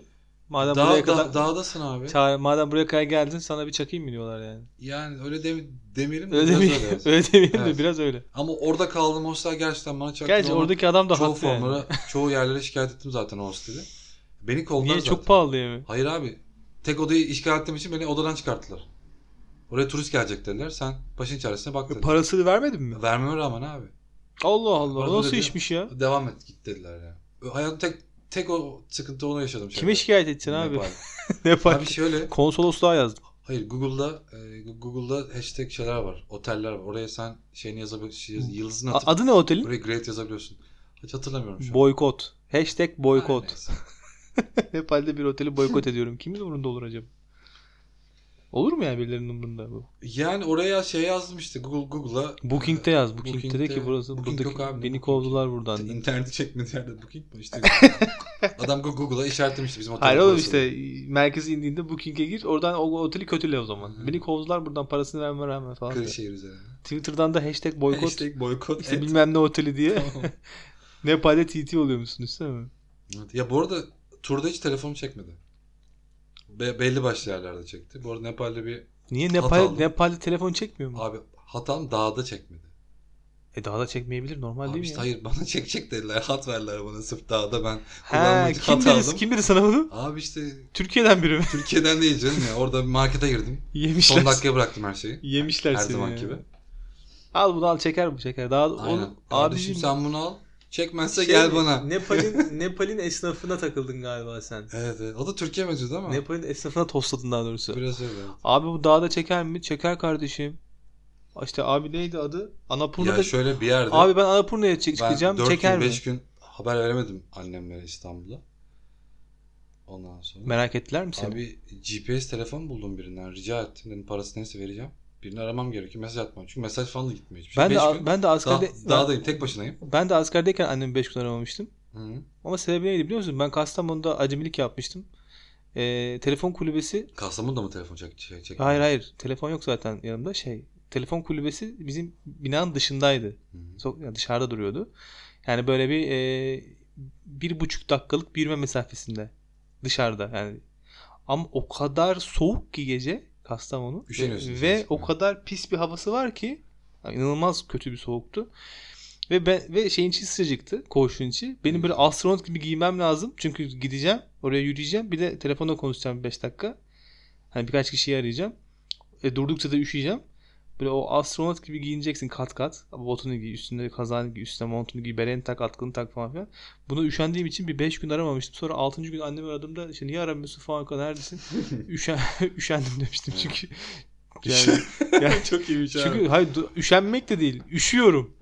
Madem Dağ, buraya da, kadar dağdasın abi. Ça- madem buraya kadar geldin sana bir çakayım mı diyorlar yani. Yani öyle de, demeyelim de Öyle biraz demeyelim, öyle. öyle demeyelim de Evet. biraz öyle. Ama orada kaldığım hostel gerçekten bana çaktı. Gerçi ama oradaki adam da çoğu haklı yani. formlara, çoğu yerlere şikayet ettim zaten o hosteli. Beni kovdular Niye zaten. çok pahalı diye mi? Hayır abi. Tek odayı işgal ettiğim için beni odadan çıkarttılar. Oraya turist gelecek dediler. Sen başın çaresine bak dediler. Parasını vermedin mi? Vermeme rağmen abi. Allah Allah. Arada Nasıl dedi- işmiş ya? Devam et git dediler ya. Hayatım tek tek o sıkıntı onu yaşadım. Kime şikayet edeceksin abi? Nepal. ne abi fark? şöyle. Konsolosluğa yazdım. Hayır Google'da e, Google'da hashtag şeyler var. Oteller var. Oraya sen şeyini yazabiliyorsun. Şey, yıldızını A- atıp Adı ne otelin? oraya great yazabiliyorsun. Hiç hatırlamıyorum şu an. Boykot. Hashtag Ha, boykot. neyse. Nepal'de bir oteli boykot ediyorum. Kimin umurunda olur acaba? Olur mu ya birilerinin umurunda bu? Yani oraya şey yazdım işte Google Google'a. e, Booking'te yaz. Booking'te, de Booking'te- ki burası Booking buradaki yok abi, beni Booking. kovdular buradan. de. İnterneti çekmedi yerde booking mi? İşte adam Google'a işaretlemişti bizim otelde. Hayır oğlum burası diye. işte merkeze indiğinde Booking'e gir. Oradan o oteli kötüle o zaman. Hı. Beni kovdular buradan parasını verme rağmen falan. Kırşehir üzerine. Twitter'dan da hashtag boykot. işte Hashtag boykot. et. bilmem ne oteli diye. Tamam. Nepal'de TT oluyormuşsun değil mi? Evet. ya bu arada turda hiç telefonu çekmedi. Be- belli başlı yerlerde çekti. Bu arada Nepal'de bir Niye Hatalı. Nepal, Nepal'de telefon çekmiyor mu? abi hatam dağda çekmedi. E daha da çekmeyebilir normal Abi değil mi? işte ya? hayır bana çekecek dediler. Hat verdiler bana sırf dağda ben Ha, kullanmayı kim hat bilir, aldım. kim bilir sana bunu? Abi işte Türkiye'den biri mi? Türkiye'den değil canım ya. Orada bir markete girdim. Yemişler. Son dakikaya bıraktım her şeyi. Yemişler Her seni. zaman ya. gibi. Al bunu al çeker bu çeker. Daha Aynen. oğlum Kardeşim abicim sen bunu al. Çekmezse Şey, gel bana. Nepal'in Nepal'in esnafına takıldın galiba sen. Evet, evet. O da Türkiye mevcudu ama. Nepal'in esnafına tostladın daha doğrusu. Biraz öyle. evet. Abi bu dağda çeker mi? Çeker kardeşim. İşte abi neydi adı? Ya Anapurna'da. şöyle bir yerde Abi ben Anapurna'ya çek- ben çıkacağım. 4 Çeker gün mi? 5 gün haber veremedim annemlere İstanbul'a. Ondan sonra. Merak ettiler mi seni? Abi GPS telefon buldum birinden rica ettim. Dedim parası neyse vereceğim. Birini aramam gerekiyor. Mesaj atmam. Çünkü mesaj falan da gitmiyor hiçbir şey. ben, de, Beş a- gün ben de dağ- askerde ben, dağdayım. Tek başınayım. ben de askerdeyken annemi 5 gün aramamıştım. Hı. Ama sebebi neydi biliyor musun? Ben Kastamonu'da acemilik yapmıştım. Ee, telefon kulübesi Kastamonu'da mı telefon çek çek? çek hayır hayır telefon yok zaten yanımda şey telefon kulübesi bizim binanın dışındaydı. Hı. Sok- yani dışarıda duruyordu. Yani böyle bir e, bir buçuk dakikalık bir yürüme mesafesinde dışarıda yani. Ama o kadar soğuk ki gece Kastamonu Üşeniyorsun ve sen. o kadar pis bir havası var ki yani inanılmaz kötü bir soğuktu. Ve ben ve şeyin içi sıcacıktı. Koğuşun içi. Benim böyle astronot gibi giymem lazım. Çünkü gideceğim. Oraya yürüyeceğim. Bir de telefonda konuşacağım 5 dakika. Hani birkaç kişiyi arayacağım. E, durdukça da üşüyeceğim. Böyle o astronot gibi giyineceksin kat kat. Botunu giy, üstünde kazağını giy, üstüne montunu giy, bereni tak, atkını tak falan filan. Buna üşendiğim için bir 5 gün aramamıştım. Sonra 6. gün annemi aradığımda işte niye aramıyorsun falan kadar neredesin? Üşen, üşendim demiştim çünkü. Yani, yani Çok iyi bir şey. çünkü hayır du- üşenmek de değil. Üşüyorum.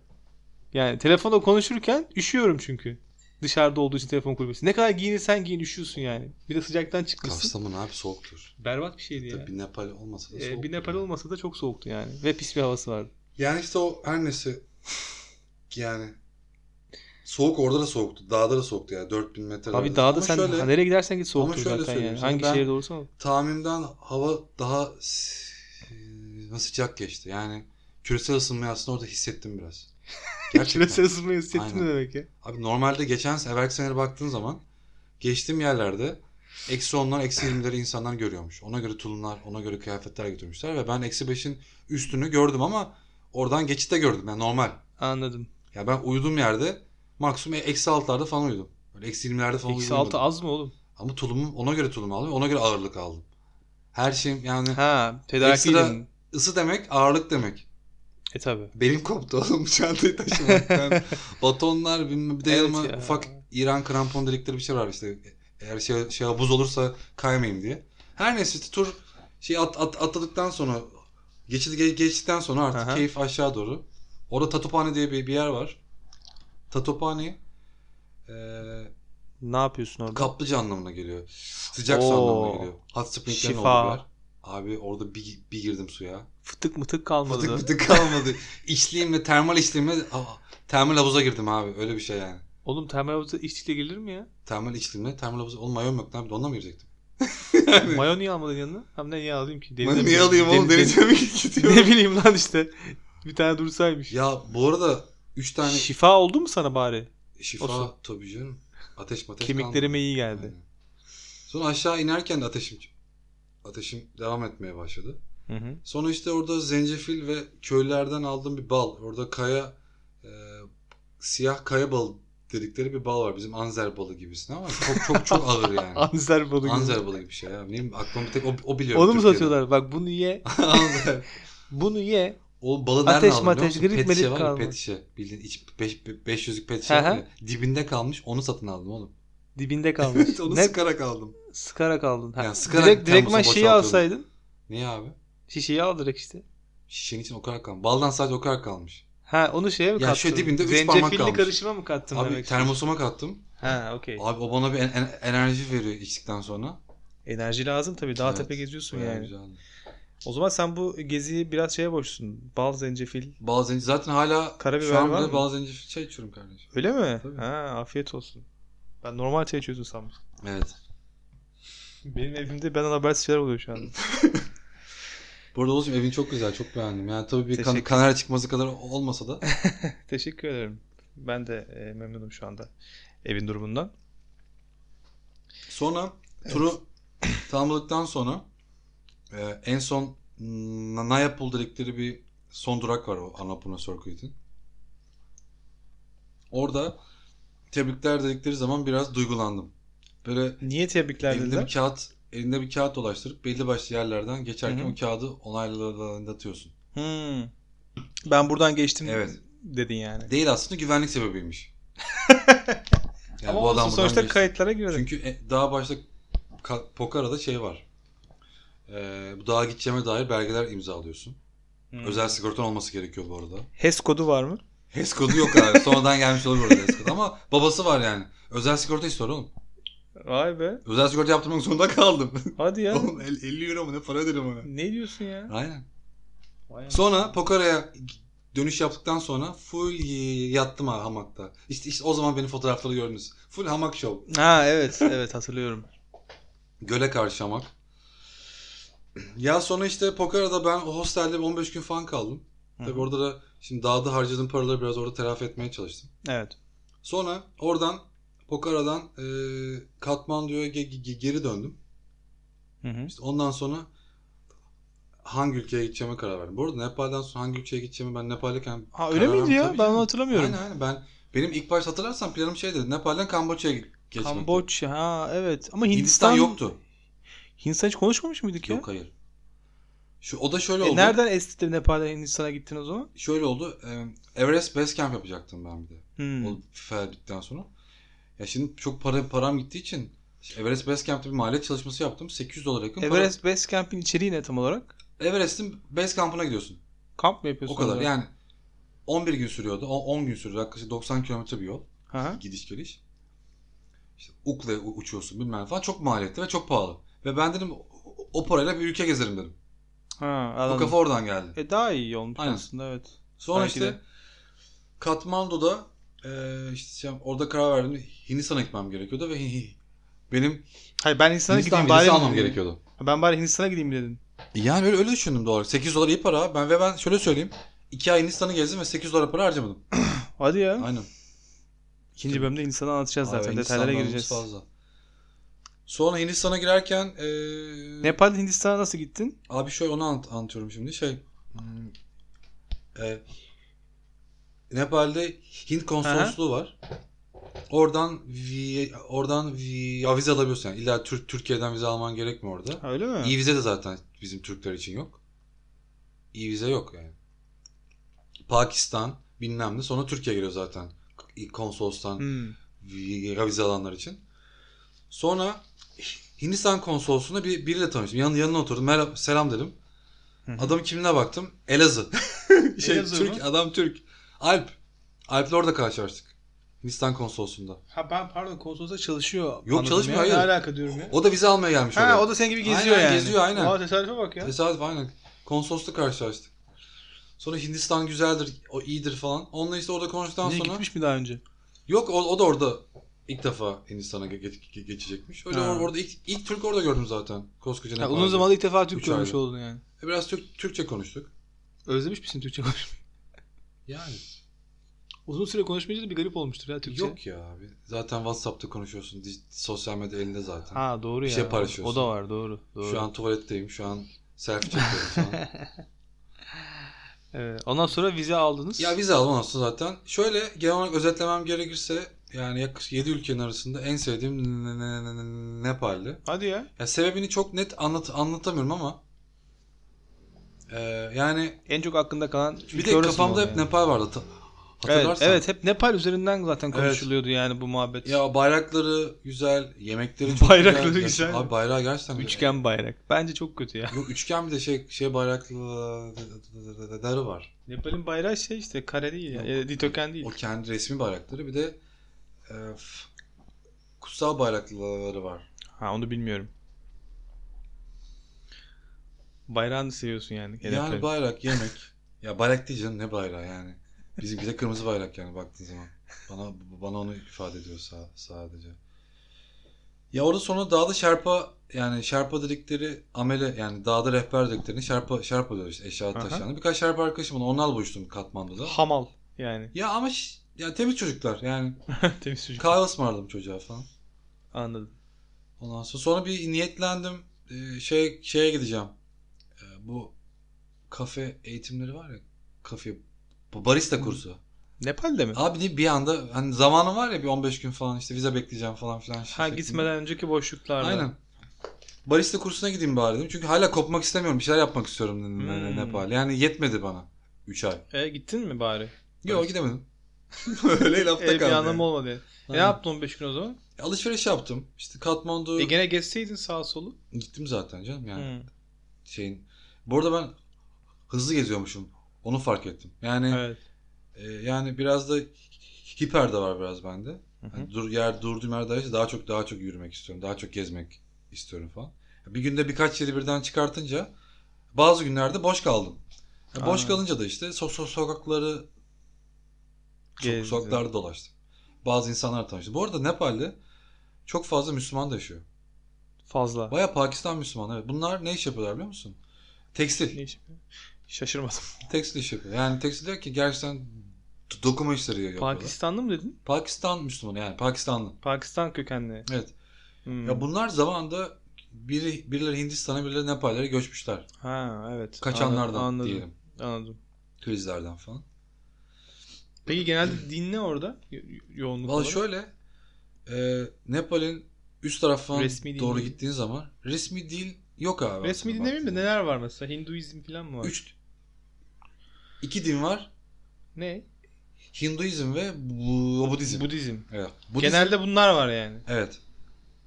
Yani telefonda konuşurken üşüyorum çünkü. Dışarıda olduğu için telefon kulübesi. Ne kadar giyinirsen giyin üşüyorsun yani. Bir de sıcaktan çıkmışsın. Kastamonu abi soğuktur. Berbat bir şeydi ya. Tabii bir Nepal olmasa da Ee, soğuk. bir Nepal olmasa da çok soğuktu yani. Ve pis bir havası vardı. Yani işte o her neyse yani soğuk orada da soğuktu. Dağda da soğuktu yani 4000 metre. Abi arası. dağda Ama sen hani- şöyle, nereye gidersen git soğuktur ama şöyle zaten yani. söyleyeyim sana, Hangi ben- şehirde olursan ol. tahminimden hava daha s- e, sıcak geçti. Yani küresel ısınmayı aslında orada hissettim biraz. Gerçekten. Küresel ısınmayı hissettin Aynen. ne demek ya? Abi normalde geçen sene, evvelki senelere baktığın zaman geçtiğim yerlerde eksi onlar, eksi yirmileri insanlar görüyormuş. Ona göre tulumlar, ona göre kıyafetler götürmüşler ve ben eksi beşin üstünü gördüm ama oradan geçitte gördüm. Yani normal. Anladım. Ya ben uyuduğum yerde maksimum e-, eksi altlarda falan uyudum. Böyle eksi yirmilerde falan Eksi uyudum. altı az mı oğlum? Ama tulumum ona göre tulum aldım. Ona göre ağırlık aldım. Her şeyim yani Ha Ekstra- tedarikliydim. Isı demek ağırlık demek. E tabi. Belim koptu oğlum bu çantayı taşımaktan. Batonlar bilmem bir de Evet yanıma ya. ufak İran krampon delikleri bir şey var işte. Eğer şey, şey buz olursa kaymayayım diye. Her neyse işte tur şey at, at- atladıktan sonra geçit ge- geçtikten sonra artık Aha. keyif aşağı doğru. Orada Tatophane diye bir, bir yer var. Tatophane eee Ne yapıyorsun orada? Kaplıca anlamına geliyor. Sıcak su Oo. anlamına geliyor. Hot springlerin Şifa. olduğu bir yer. Abi orada bir, bir girdim suya. Fıtık mıtık kalmadı. Fıtık fıtık kalmadı. İçliğimle, termal içliğimle aa, termal havuza girdim abi. Öyle bir şey yani. Oğlum termal havuza işçiyle gelir mi ya? Termal içliğimle, termal havuza. Oğlum mayom yok. Ne yapayım? Onunla mı girecektim? Mayo niye almadın yanına? Hem de niye alayım ki? Mayo mi niye gidiyorum? alayım oğlum? Deniz- Denize mi gidiyorum? ne bileyim lan işte. Bir tane dursaymış. Ya bu arada 3 tane Şifa oldu mu sana bari? şifa o su. tabii canım. Ateş mateş Kemiklerime iyi kalmadı. geldi. Aynen. Sonra aşağı inerken de ateşim ateşim devam etmeye başladı. Hı hı. Sonra işte orada zencefil ve köylerden aldığım bir bal. Orada kaya e, siyah kaya balı dedikleri bir bal var. Bizim anzer balı gibisine ama çok çok çok ağır yani. Anzer balığı. anzer balı gibi bir şey ya. Ne bileyim aklıma bir tek o, o biliyor. Onu mu Türkiye'de. satıyorlar? Bak bunu ye. anzer. Bunu ye. O balı nereden Ateş aldın mateş, biliyor musun? Pet gritmelik şişe var ya kalmadı. pet şişe. Bildiğin iç 500'lük pet Hı şişe hı. var ya. Dibinde kalmış onu satın aldım oğlum. Dibinde kalmış. Onu ne sıkarak aldım. sıkarak aldın. Ha. Yani sıkarak direkt direktman termosa şeyi boşaltıyorum. alsaydın. Niye abi? Şişeyi al direkt işte. Şişenin için o kadar kalmış. Baldan sadece o kadar kalmış. Ha onu şeye mi Ya kattın? şu dibinde üç parmak Zencefilli kalmış. karışıma mı kattın Abi demek istiyorsun? termosuma kattım. Ha okey. Abi o bana bir en- en- enerji veriyor içtikten sonra. Enerji lazım tabii. Dağ Evet, tepe geziyorsun Bayağı yani. güzeldi. O zaman sen bu geziyi biraz şeye borçlusun. Bal, zencefil. Bal zenci- zaten hala Karabiber şu an var bile mı? bal zencefil çay içiyorum kardeşim. Öyle mi? Tabii. Ha afiyet olsun. Ben normal çay içiyorsun sanmıştım. Evet. Benim evimde benden habersiz şeyler oluyor şu an. Bu arada Oğuz'cum evin çok güzel. Çok beğendim. Yani tabii bir kan- Teşekkür. kanal çıkması kadar olmasa da. Teşekkür ederim. Ben de e, memnunum şu anda evin durumundan. Sonra turu tamamladıktan sonra e, en son N- Nayapul dedikleri bir son durak var o Annapurna Circuit'in. Orada tebrikler dedikleri zaman biraz duygulandım. Böyle Niye tebrikler Elinde bir dediler? kağıt, elinde bir kağıt dolaştırıp belli başlı yerlerden geçerken Hı hı. o kağıdı onaylatıyorsun. Hmm. Ben buradan geçtim Evet. dedin yani. Değil aslında güvenlik sebebiymiş. Yani Ama bu adam olsun buradan sonuçta geçti. kayıtlara girerek. Çünkü e- daha başta Ka- Pokara'da şey var. Ee, bu dağa gideceğime dair belgeler imzalıyorsun. Hmm. Özel sigortan olması gerekiyor bu arada. HES kodu var mı? HES kodu yok abi. Sonradan gelmiş olur orada HES kodu. Ama babası var yani. Özel sigorta istiyor oğlum. Vay be. Özel sigorta yaptırmak zorunda kaldım. Hadi ya. oğlum el- 50 euro mu ne para ödedim ona. ne diyorsun ya? Aynen. Vay anasını. Sonra Pokara'ya dönüş yaptıktan sonra full y- yattım abi hamakta. İşte, işte o zaman benim fotoğrafları gördünüz. Full hamak show. Ha evet evet hatırlıyorum. Göle karşı hamak. Ya sonra işte Pokara'da ben o hostelde bir 15 gün falan kaldım. Hı. Tabii orada da şimdi dağda harcadığım paraları biraz orada telafi etmeye çalıştım. Evet. Sonra oradan Pokara'dan e, Katmandu'ya ge- ge- geri döndüm. Hı hı. İşte ondan sonra hangi ülkeye gideceğime karar verdim. Bu arada Nepal'den sonra hangi ülkeye gideceğimi ben Nepal'deyken Ha öyle karar miydi verdim. ya? Ben Tabii canım. onu hatırlamıyorum. Aynen aynen. Ben benim ilk başta hatırlarsan planım şeydi. Nepal'den Kamboçya'ya ge- geçmek. Kamboçya ha evet. Ama Hindistan, Hindistan, yoktu. Hindistan hiç konuşmamış mıydık ya? Yok hayır. Şu o da şöyle E oldu. nereden esti Nepal'den Hindistan'a gittin o zaman? Şöyle oldu. e, Everest Base Camp yapacaktım ben bir de. Hmm. O ferdikten sonra. Ya şimdi çok para param gittiği için Everest Base Camp'te bir maliyet çalışması yaptım. 800 dolara yakın. para- Everest Base Camp'in içeriği ne tam olarak? Everest'in Base Camp'ına gidiyorsun. Kamp mı O yapıyorsun? kadar. orada? Yani 11 gün sürüyordu. O 10 gün sürdü. Yaklaşık 90 kilometre bir yol. Hı hı. gidiş geliş. İşte UK'la u- uçuyorsun bilmem falan. Çok maliyetli ve çok pahalı. Ve ben dedim o- o parayla bir ülke gezerim dedim. Ha, O anladım. kafa oradan geldi. E daha iyi olmuş Aynen. aslında evet. Sonra belki işte de. Katmandu'da e, işte şey- orada karar verdim. Hindistan'a gitmem gerekiyordu ve benim Hayır ben Hindistan'a Hindistan gideyim vizesi bari. almam gerekiyordu. Ben bari Hindistan'a gideyim dedin. Yani öyle, öyle düşündüm doğru. 800 dolar iyi para. Ben ve ben şöyle söyleyeyim. 2 ay Hindistan'ı gezdim ve 800 dolar para harcamadım. Hadi ya. Aynen. İkinci bölümde Hindistan'ı anlatacağız Abi, zaten. Hindistan'dan Detaylara umut gireceğiz. Fazla. Sonra Hindistan'a girerken e, Nepal'den Hindistan'a nasıl gittin? Abi şöyle onu anlat- anlatıyorum şimdi. Şey hmm, e, Nepal'de Hint konsolosluğu var. Oradan vi- oradan vi- ya vize alabiliyorsun. Yani illa Türk Türkiye'den vize alman gerekmiyor orada. Ha, Öyle mi? İyi vize de zaten bizim Türkler için yok. iyi vize yok yani. Pakistan bilmem ne sonra Türkiye geliyor zaten konsolostan Hmm. vize alanlar için. Sonra Hindistan konsolosluğunda bir biriyle tanıştım. Yan, yanına oturdum. Merhaba, selam dedim. Hı hı. Adamın kimliğine baktım. Elazığ. şey, Elazığ Türk, mı? adam Türk. Alp. Alp'le orada karşılaştık. Hindistan konsolosluğunda. Ha ben pardon konsolosda çalışıyor. Yok, anladım çalışmıyor, ya. hayır. Ne alaka diyorum ya. O da vize almaya gelmiş ha oraya. o da senin gibi geziyor Aynen, yani. geziyor, aynen. Aa tesadüfe bak ya. Tesadüf aynen. Konsolosla karşılaştık. Sonra Hindistan güzeldir, o iyidir falan. Onunla işte orada konuştuktan Niye sonra... gitmiş mi daha önce? Yok o, o da orada ilk defa Hindistan'a ge- ge- ge- geçecekmiş. Öyle Ha. or- orada ilk, ilk Türk orada gördüm zaten. Koskoca Ha, Nepal'de. uzun zamanda ilk defa Türk Üç görmüş ayda. oldun yani. E, Biraz Türk, Türkçe konuştuk. Özlemiş misin Türkçe konuşmayı? Yani. Uzun süre konuşmayınca da bir garip olmuştur ya Türkçe. Yok ya abi. Zaten WhatsApp'ta konuşuyorsun. dij- Sosyal medya elinde zaten. Ha doğru Bir ya. şey paylaşıyorsun. O da var doğru. doğru. Şu an tuvaletteyim. Şu an selfie çekiyorum falan. Evet, ondan sonra vize aldınız. ya vize aldım aslında zaten. Şöyle genel olarak özetlemem gerekirse yani yaklaşık 7 ülkenin arasında en sevdiğim Ne- Ne- Ne- Ne- Nepal'di. Hadi ya. Ya sebebini çok net anlat anlatamıyorum ama e, yani En çok hakkında kalan bir de kafamda hep Nepal vardı. Ta- Evet, Hatırlarsan. evet hep Nepal üzerinden zaten Evet. konuşuluyordu yani bu muhabbet. Ya bayrakları güzel, yemekleri çok Bayrakları güzel. güzel. Abi bayrağı gerçekten güzel. Üçgen bayrak. Bence çok kötü ya. Yok üçgen bir de şey şey bayrakları var. Nepal'in bayrağı şey işte kare değil ya. Yok. E, dikdörtgen O değil. kendi resmi bayrakları bir de e, f- kutsal bayrakları var. Ha onu bilmiyorum. Bayrağını seviyorsun yani. Yani Nepal'in. bayrak yemek. ya bayrak değil canım ne bayrağı yani. Bizimki de kırmızı bayrak yani baktığın zaman. Bana bana onu ifade ediyor sa- sadece. Ya orada sonra dağda şerpa yani şerpa dedikleri amele yani dağda rehber dediklerini şerpa şerpa diyor işte eşya Aha. taşıyan. Birkaç şerpa arkadaşım oldu. Onlarla buluştum Katmandu'da. Hamal yani. Ya ama ş- ya temiz çocuklar yani. Temiz çocuk. Kahve ısmarladım çocuğa falan. Anladım. Ondan sonra sonra bir niyetlendim Ee, şey şeye gideceğim. Ee, bu kafe eğitimleri var ya kafe bu barista kursu. Nepal'de mi? Abi ne- bir anda hani zamanım var ya bir 15 gün falan işte vize bekleyeceğim falan filan. Ha şeklinde. gitmeden önceki boşluklarda. Aynen. Barista kursuna gideyim bari dedim. Çünkü hala kopmak istemiyorum. Bir şeyler yapmak istiyorum dedim ben Hmm. Nepal. Yani yetmedi bana 3 ay. E gittin mi bari? Yok gidemedim. Öyle lafta E, bir kaldı. yani. anlamı olmadı. yani. E, ne Aynen. yaptın 15 gün o zaman? Alışveriş yaptım. İşte Katmandu E gene gezseydin sağa solu. gittim zaten canım yani. Hı. şeyin. Bu arada ben hızlı geziyormuşum. Onu fark ettim. Yani Evet. e, yani biraz da hiper de var biraz bende. Hı hı. Yani dur yer durduğum yer dahil daha çok daha çok yürümek istiyorum. Daha çok gezmek istiyorum falan. Bir günde birkaç yeri birden çıkartınca bazı günlerde boş kaldım. Ya boş Aa. kalınca da işte so so- sokakları çok Gezdin. sokaklarda dolaştım. Bazı insanlar tanıştım. Bu arada Nepal'de çok fazla Müslüman da yaşıyor. Fazla. Baya Pakistan Müslüman evet. Bunlar ne iş yapıyorlar biliyor musun? Tekstil. Ne iş yapıyor? Şaşırmadım. Tekstil iş yapıyor. Yani tekstil der ki gerçekten d- dokuma işleri yapıyorlar. Pakistan. Pakistanlı mı dedin? Müslümanı yani Pakistanlı. Pakistan kökenli. Evet. Hmm. Ya bunlar zamanında biri, birileri Hindistan'a birileri Nepal'lere göçmüşler. Ha evet. Kaçanlardan Anladım, anladım, diyelim. Anladım. Krizlerden falan. Peki genelde din ne orada? Yo- yo- Yoğunluk Valla olarak. şöyle e, Nepal'in üst tarafından Resmi din doğru değil. gittiğin zaman resmi dil yok abi. Resmi din aslında demeyeyim de baktığında. neler var mesela? Hinduizm falan mı var? Üç, iki din var. Ne? Hinduizm ve Bu- Budizm. Budizm. evet. Budizm- Genelde bunlar var yani. Evet.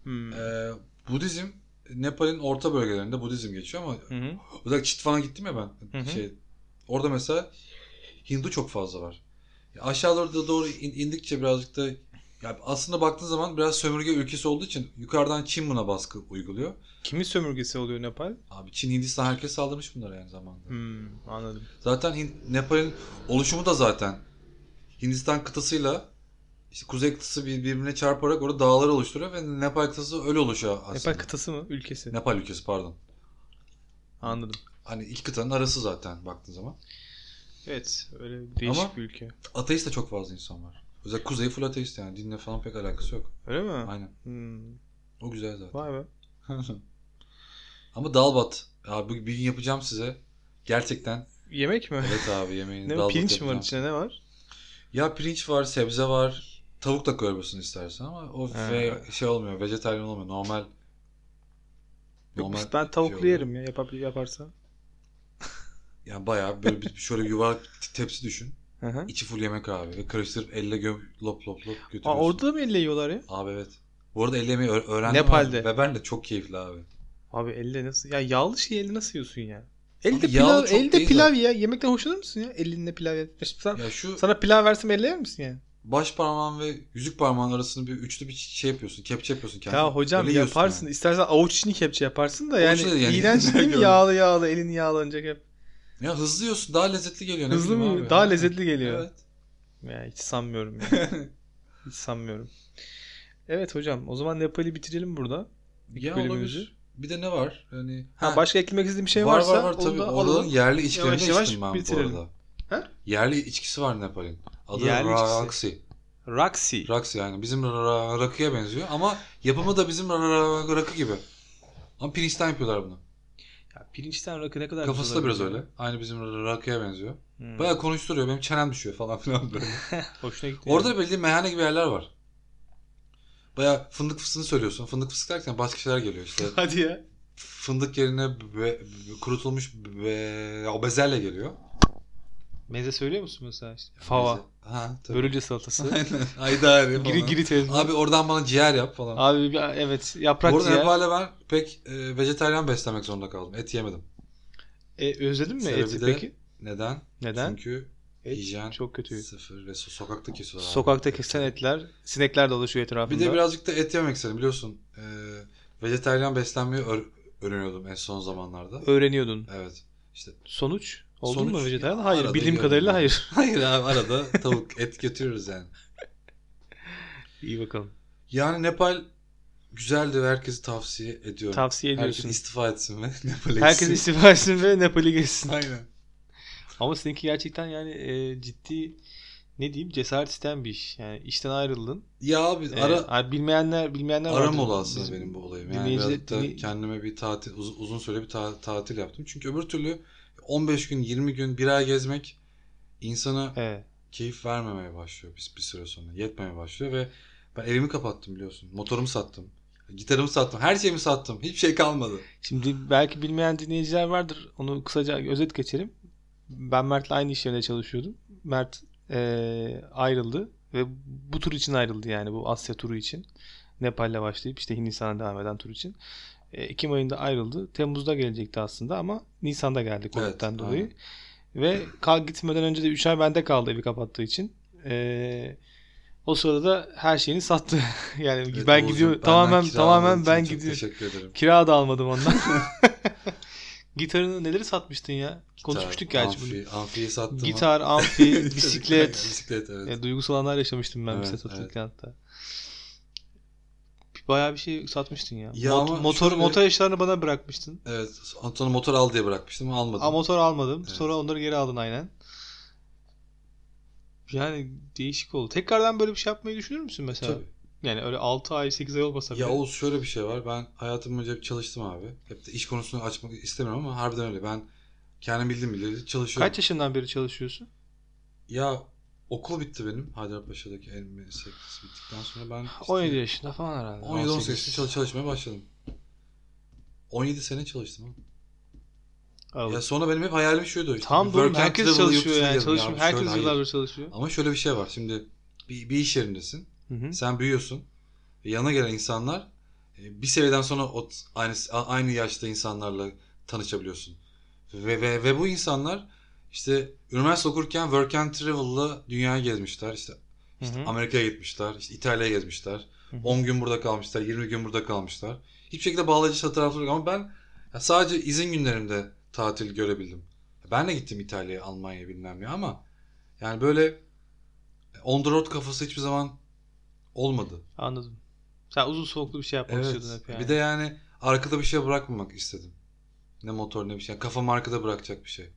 Hmm. Ee, Budizm Nepal'in orta bölgelerinde Budizm geçiyor ama Hı hı. özellikle Çitvan'a gittim ya ben. Hı hı. Şey, orada mesela Hindu çok fazla var. Ya Aşağı doğru da doğru in- indikçe birazcık da ya aslında baktığın zaman biraz sömürge ülkesi olduğu için yukarıdan Çin buna baskı uyguluyor. Kimin sömürgesi oluyor Nepal? Abi Çin Hindistan herkes saldırmış bunlara yani zamanda. Hmm, anladım. Zaten Hin- Nepal'in oluşumu da zaten Hindistan kıtasıyla işte kuzey kıtası bir- birbirine çarparak orada dağları oluşturuyor ve Nepal kıtası öyle oluşuyor aslında. Nepal kıtası mı? Ülkesi. Nepal ülkesi pardon. Anladım. Hani iki kıtanın arası zaten baktığın zaman. Evet. Öyle değişik Ama- bir ülke. Ateist de çok fazla insan var. Özellikle kuzey full ateist yani. Dinle falan pek alakası yok. Öyle mi? Aynen. Hmm. O güzel zaten. Vay be. Ama dalbat. Abi bir gün yapacağım size. Gerçekten. Yemek mi? Evet abi yemeğini ne, dalbat pirinç mi var yapacağım. içinde ne var? Ya pirinç var, sebze var. Tavuk da koyabilirsin istersen ama o Ha. ve şey olmuyor. Vejetaryen olmuyor. Normal. Yok, normal ben tavuklu şey oluyor. yerim ya yapar, yaparsa. Yani bayağı böyle bir, şöyle bir yuvarlak t- tepsi düşün. Hı hı. İçi full yemek abi. Ve karıştırıp elle gö- lop lop lop götürüyorsun. Aa, orada da mı elle yiyorlar ya? Abi evet. Bu arada elle yemeyi ö- öğrendim. Nepal'de. abi. Ve ben de çok keyifli abi. Abi elle nasıl? Ya yağlı şey elle nasıl yiyorsun ya? Elde Abi pilav, yağlı çok elde değil pilav ya. Yemekten hoşlanır mısın ya? Elinle pilav yap. Sen, Ya şu sana pilav versem elle yer misin yani? baş parmağın ve yüzük parmağın arasını bir üçlü bir şey yapıyorsun. Kepçe yapıyorsun kendine. ya hocam Öyle yiyorsun yaparsın. yani. İstersen avuç içini kepçe yaparsın da Avuç yani, içi de yani. iğrenç değil mi? Gördüm. yağlı yağlı elin yağlanacak hep. Ya hızlı yiyorsun. Daha lezzetli geliyor. ne Hızlı bileyim mı? abi. Daha lezzetli geliyor. Evet. Ya hiç sanmıyorum. ya. hiç sanmıyorum. Evet hocam o zaman Nepal'i bitirelim burada. Ya bölümümüzü. olabilir. Bir de ne var? Yani Ha, Ha, başka eklemek istediğim bir şey var, varsa var var onu tabii. da Oranın alalım. yerli içkilerini Yavaş yavaş içtim ben bitirelim. bu arada. Ha? Yerli içkisi var Nepal'in. Adı Yerli Raksi. Roxy. Raksı yani bizim ra- ra- rakıya benziyor ama yapımı da bizim ra- ra- rakı gibi. Ama pirinçten yapıyorlar bunu. Ya pirinçten rakı ne kadar Kafası güzel da biraz olabilir. öyle. Aynı bizim ra- rakıya benziyor. Hmm. Bayağı konuşturuyor. Benim çenem düşüyor falan filan böyle. Hoşuna gitti. Orada yani. da bildiğin meyhane gibi yerler var. Bayağı fındık fıstığını söylüyorsun. Fındık fıstık derken başka şeyler geliyor işte. Hadi ya. Fındık yerine be- be- kurutulmuş be- o bezelye geliyor. Meze söylüyor musun mesela işte? Fava. Beze- Ha tabii. Börülce salatası. Aynen. Aydari falan. giri giri tezgah. Abi, Abi oradan bana ciğer yap falan. bir- evet Bu yaprak arada ciğer. Nepal'e ben pek e, vejetaryen beslemek zorunda kaldım. Et yemedim. E, özledin mi Sebebi eti de- peki? Neden? Neden? Çünkü Et hijyen çok kötü. sıfır ve so- sokakta kesiyorlar. abi. Sokakta kesen etler, sinekler dolaşıyor etrafında. Bir de birazcık da et yemek istedim biliyorsun. E, vejetaryen beslenmeyi öğ- öğreniyordum en son zamanlarda. öğreniyordun. Evet. İşte Sonuç oldu Sonuç- mu vejetaryen? Ya, Hayır, arada bildiğim yiyorum kadarıyla ben. hayır. hayır abi arada tavuk et götürüyoruz yani. İyi bakalım. Yani Nepal güzeldi ve herkesi tavsiye ediyorum. Tavsiye Herkes ediyorsun. istifa etsin ve Nepal'e Herkes gitsin. istifa etsin ve Nepal'i geçsin. Aynen. Ama seninki gerçekten yani e, ciddi ne diyeyim cesaret isteyen bir iş. Yani işten ayrıldın. Ya abi E, ara abi bilmeyenler bilmeyenler Ara vardır. molası Biz- benim bu olayım. Yani dinleyici- birazcık da dinley- kendime bir tatil uz- uzun, süre bir ta- tatil yaptım. Çünkü öbür türlü 15 gün, 20 gün, bir ay gezmek insana Evet. keyif vermemeye başlıyor bir, bir süre sonra. Yetmemeye başlıyor ve ben evimi kapattım biliyorsun. Motorumu sattım. Gitarımı sattım. Her şeyimi sattım. Hiçbir şey kalmadı. Şimdi belki bilmeyen dinleyiciler vardır. Onu kısaca özet geçelim. Ben Mert'le aynı iş yerinde çalışıyordum. Mert e, ayrıldı ve bu tur için ayrıldı yani bu Asya turu için. Nepal'le başlayıp işte Hindistan'a devam eden tur için. E, Ekim ayında ayrıldı. Temmuz'da gelecekti aslında ama Nisan'da geldi Covid'den Evet, dolayı. Ve kal gitmeden önce de 3 ay bende kaldı evi kapattığı için. E, o sırada da her şeyini sattı. yani Evet, ben Oğuzcum, gidiyorum. benden Tamamen kiraladığın tamamen için ben çok gidiyorum. Teşekkür ederim. Kira da almadım ondan. Gitarını neleri satmıştın ya? Konuşmuştuk Gitar, gerçi bunu. amfi, Amfiyi sattım. Gitar, amfi, Çocuklar- bisiklet. bisiklet evet. Ya, duygusal anlar yaşamıştım ben Evet, bisiklet satılırken evet. hatta. Bayağı bir şey satmıştın ya. Ya Mot- ama motor şöyle- motor eşyalarını bana bırakmıştın. Evet. Sonra motor al diye bırakmıştım ama almadım. Ama motor almadım. Evet. Sonra onları geri aldın aynen. Yani değişik oldu. Tekrardan böyle bir şey yapmayı düşünür müsün mesela? Tabii. Yani öyle 6 ay 8 ay olmasa bile. Ya Oğuz şöyle bir şey var. Ben hayatım boyunca hep çalıştım abi. Hep de iş konusunu açmak istemiyorum ama harbiden öyle. Ben kendim bildim bileli çalışıyorum. Kaç yaşından beri çalışıyorsun? Ya okul bitti benim. Haydarpaşa'daki en meslekçisi bittikten sonra ben işte 17 yaşında falan herhalde. 17 18 18. yaşında çalış- çalışmaya başladım. 17 sene çalıştım. oğlum. Aralık. Ya sonra benim hep hayalim şuydu. Işte, Tam bir doğru. work and Herkes travel çalışıyor yurt yani. dışına gidelim Çalışmıyor. ya. Şöyle, Herkes hayır. yıllardır çalışıyor. Ama şöyle bir şey var. Şimdi bir, bir iş yerindesin. Hı hı. Sen büyüyorsun. Ve Yanına gelen insanlar e, bir seviyeden sonra o t- aynı a- aynı yaşta insanlarla tanışabiliyorsun. Ve ve, ve bu insanlar işte üniversite okurken work and travel'la dünyayı gezmişler. İşte Hı hı. Amerika'ya gitmişler, işte İtalya'ya gezmişler. Hı hı. 10 gün burada kalmışlar, 20 gün burada kalmışlar. Hiçbir şekilde bağlayıcı fotoğraflar yok ama ben ya sadece izin günlerimde tatil görebildim. Ben de gittim İtalya'ya, Almanya'ya bilmem ne ama yani böyle e, on the road kafası hiçbir zaman olmadı. Anladım. Sen uzun soluklu bir şey yapmak Evet. istiyordun hep yani. Bir de yani arkada bir şey bırakmamak istedim. Ne motor ne bir şey. Kafam arkada bırakacak bir şey.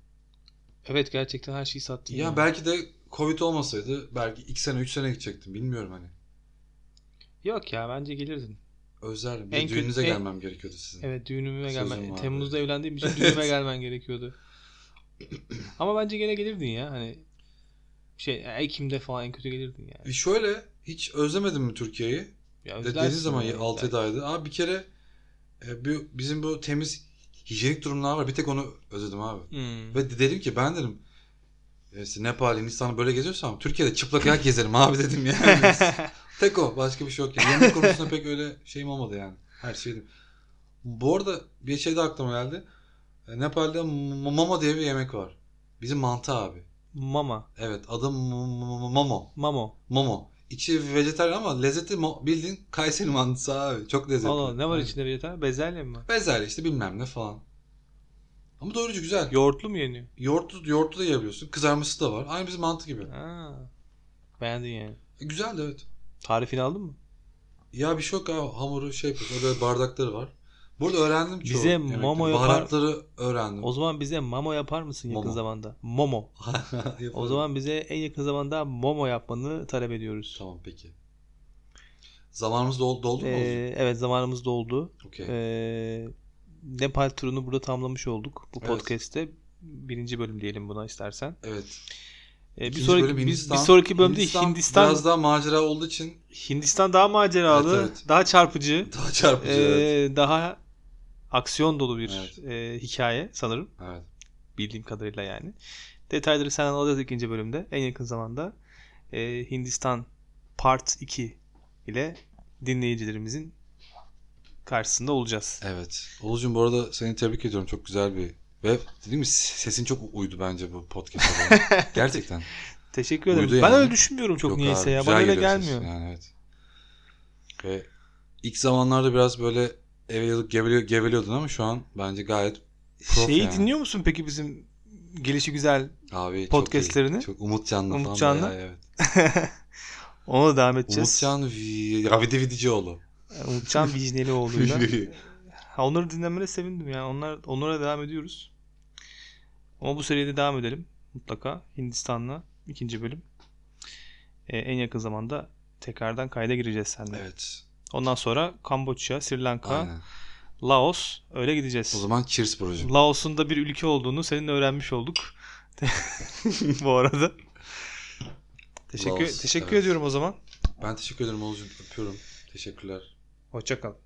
Evet gerçekten her şeyi sattın. Ya yani. belki de Covid olmasaydı belki 2 sene 3 sene gidecektim. Bilmiyorum hani. Yok ya bence gelirdin. Özlerdim. En Bir de kötü- düğününüze en- gelmem gerekiyordu sizin. Evet düğünüme Sözüm gelmen. vardı. Temmuz'da evlendiğim için düğünüme gelmen gerekiyordu. Ama bence gene gelirdin ya hani şey Ekim'de falan en kötü gelirdin yani. E şöyle hiç özlemedin mi Türkiye'yi? Ya De- özlersin Dediğin zaman yani, 6 özlersin. aydı. Abi bir kere e, bu- bizim bu temiz hijyenik durumlar var. Bir tek onu özledim abi. Hmm. Ve dedim ki ben dedim e, işte Nepal, Hindistan'ı böyle geziyorsam Türkiye'de çıplak ayak gezerim abi dedim yani. Tek o. Başka bir şey yok. Yani. Yemek konusunda pek öyle şeyim olmadı yani. Her şeydim. Bu arada bir şey de aklıma geldi. E, Nepal'de m- mama diye bir yemek var. Bizim mantı abi. Mama. Evet adı m- m- mamo. Mamo. Momo. İçi vejetaryen ama lezzeti mo- bildiğin Kayseri mantısı abi. Çok lezzetli. Allah ne var Aynen. içinde vejetaryen? Bezelye mi var? Bezelye işte bilmem ne falan. Ama doyurucu güzel. Yoğurtlu mu yeniyor? Yoğurtlu, yoğurtlu da yiyebiliyorsun. Kızarması da var. Aynı bizim mantı gibi. Ha. Beğendin yani. E, güzel de evet. Tarifini aldın mı? Ya bir şey yok abi. Hamuru şey yapıyorsun. Böyle bardakları var. Burada öğrendim çoğu. Bize yemekleri. Momo yapar- Baharatları öğrendim. O zaman bize Mamo yapar mısın yakın Momo. zamanda? Momo. Yaparım. O zaman bize en yakın zamanda Momo yapmanı talep ediyoruz. Tamam peki. Zamanımız dol- doldu mu? Ee, Ee... evet zamanımız doldu. Okey. Ee, Nepal turunu burada tamamlamış olduk. Bu Evet. podcast'te birinci bölüm diyelim buna istersen. evet. Ee, bir İkinci sonraki bölüm biz- Hindistan. bir sonraki bölümde Hindistan Hindistan, Biraz daha macera olduğu için daha maceralı, Evet, evet. daha çarpıcı, daha çarpıcı. ee, evet. daha aksiyon dolu bir Evet. e, hikaye sanırım. evet. bildiğim kadarıyla yani. Detayları senden alacağız ikinci bölümde. En yakın zamanda e, Hindistan Part 2 ile dinleyicilerimizin karşısında olacağız. Evet. Oğuzcum bu arada seni tebrik ediyorum. Çok güzel bir ve dediğim gibi sesin çok uydu bence bu podcast'a. Gerçekten. Teşekkür ederim. Uydu ben yani. öyle düşünmüyorum çok Yok niyeyse abi, ya. güzel Bana öyle geliyor ses. gelmiyor. Yani evet. Ve ilk zamanlarda biraz böyle eveliyorduk, geveliyor, geveliyordun ama şu an bence gayet prof Şeyi yani. dinliyor musun peki bizim gelişi güzel Abi çok Podcastlerini. iyi. Çok Umut Canlı Umut falan Canlı. bayağı, evet. ona da devam edeceğiz. Umut Can Vi- Ravide Vidicioğlu. Umutcan Vicnelioğlu'yla. Ha, Onları dinlemene sevindim yani. Onlar onlara devam ediyoruz. Ama bu seriye de devam edelim mutlaka. Hindistan'la ikinci bölüm. Ee, en yakın zamanda tekrardan kayda gireceğiz seninle. evet. Ondan sonra Kamboçya, Sri Lanka, Aynen. Laos öyle gideceğiz. O zaman cheers brocum. Laos'un da bir ülke olduğunu seninle öğrenmiş olduk. bu arada. Teşekkür Laos, teşekkür evet. ediyorum o zaman. Ben teşekkür ederim Oğuzcum. Öpüyorum. Teşekkürler. Hoşça kal.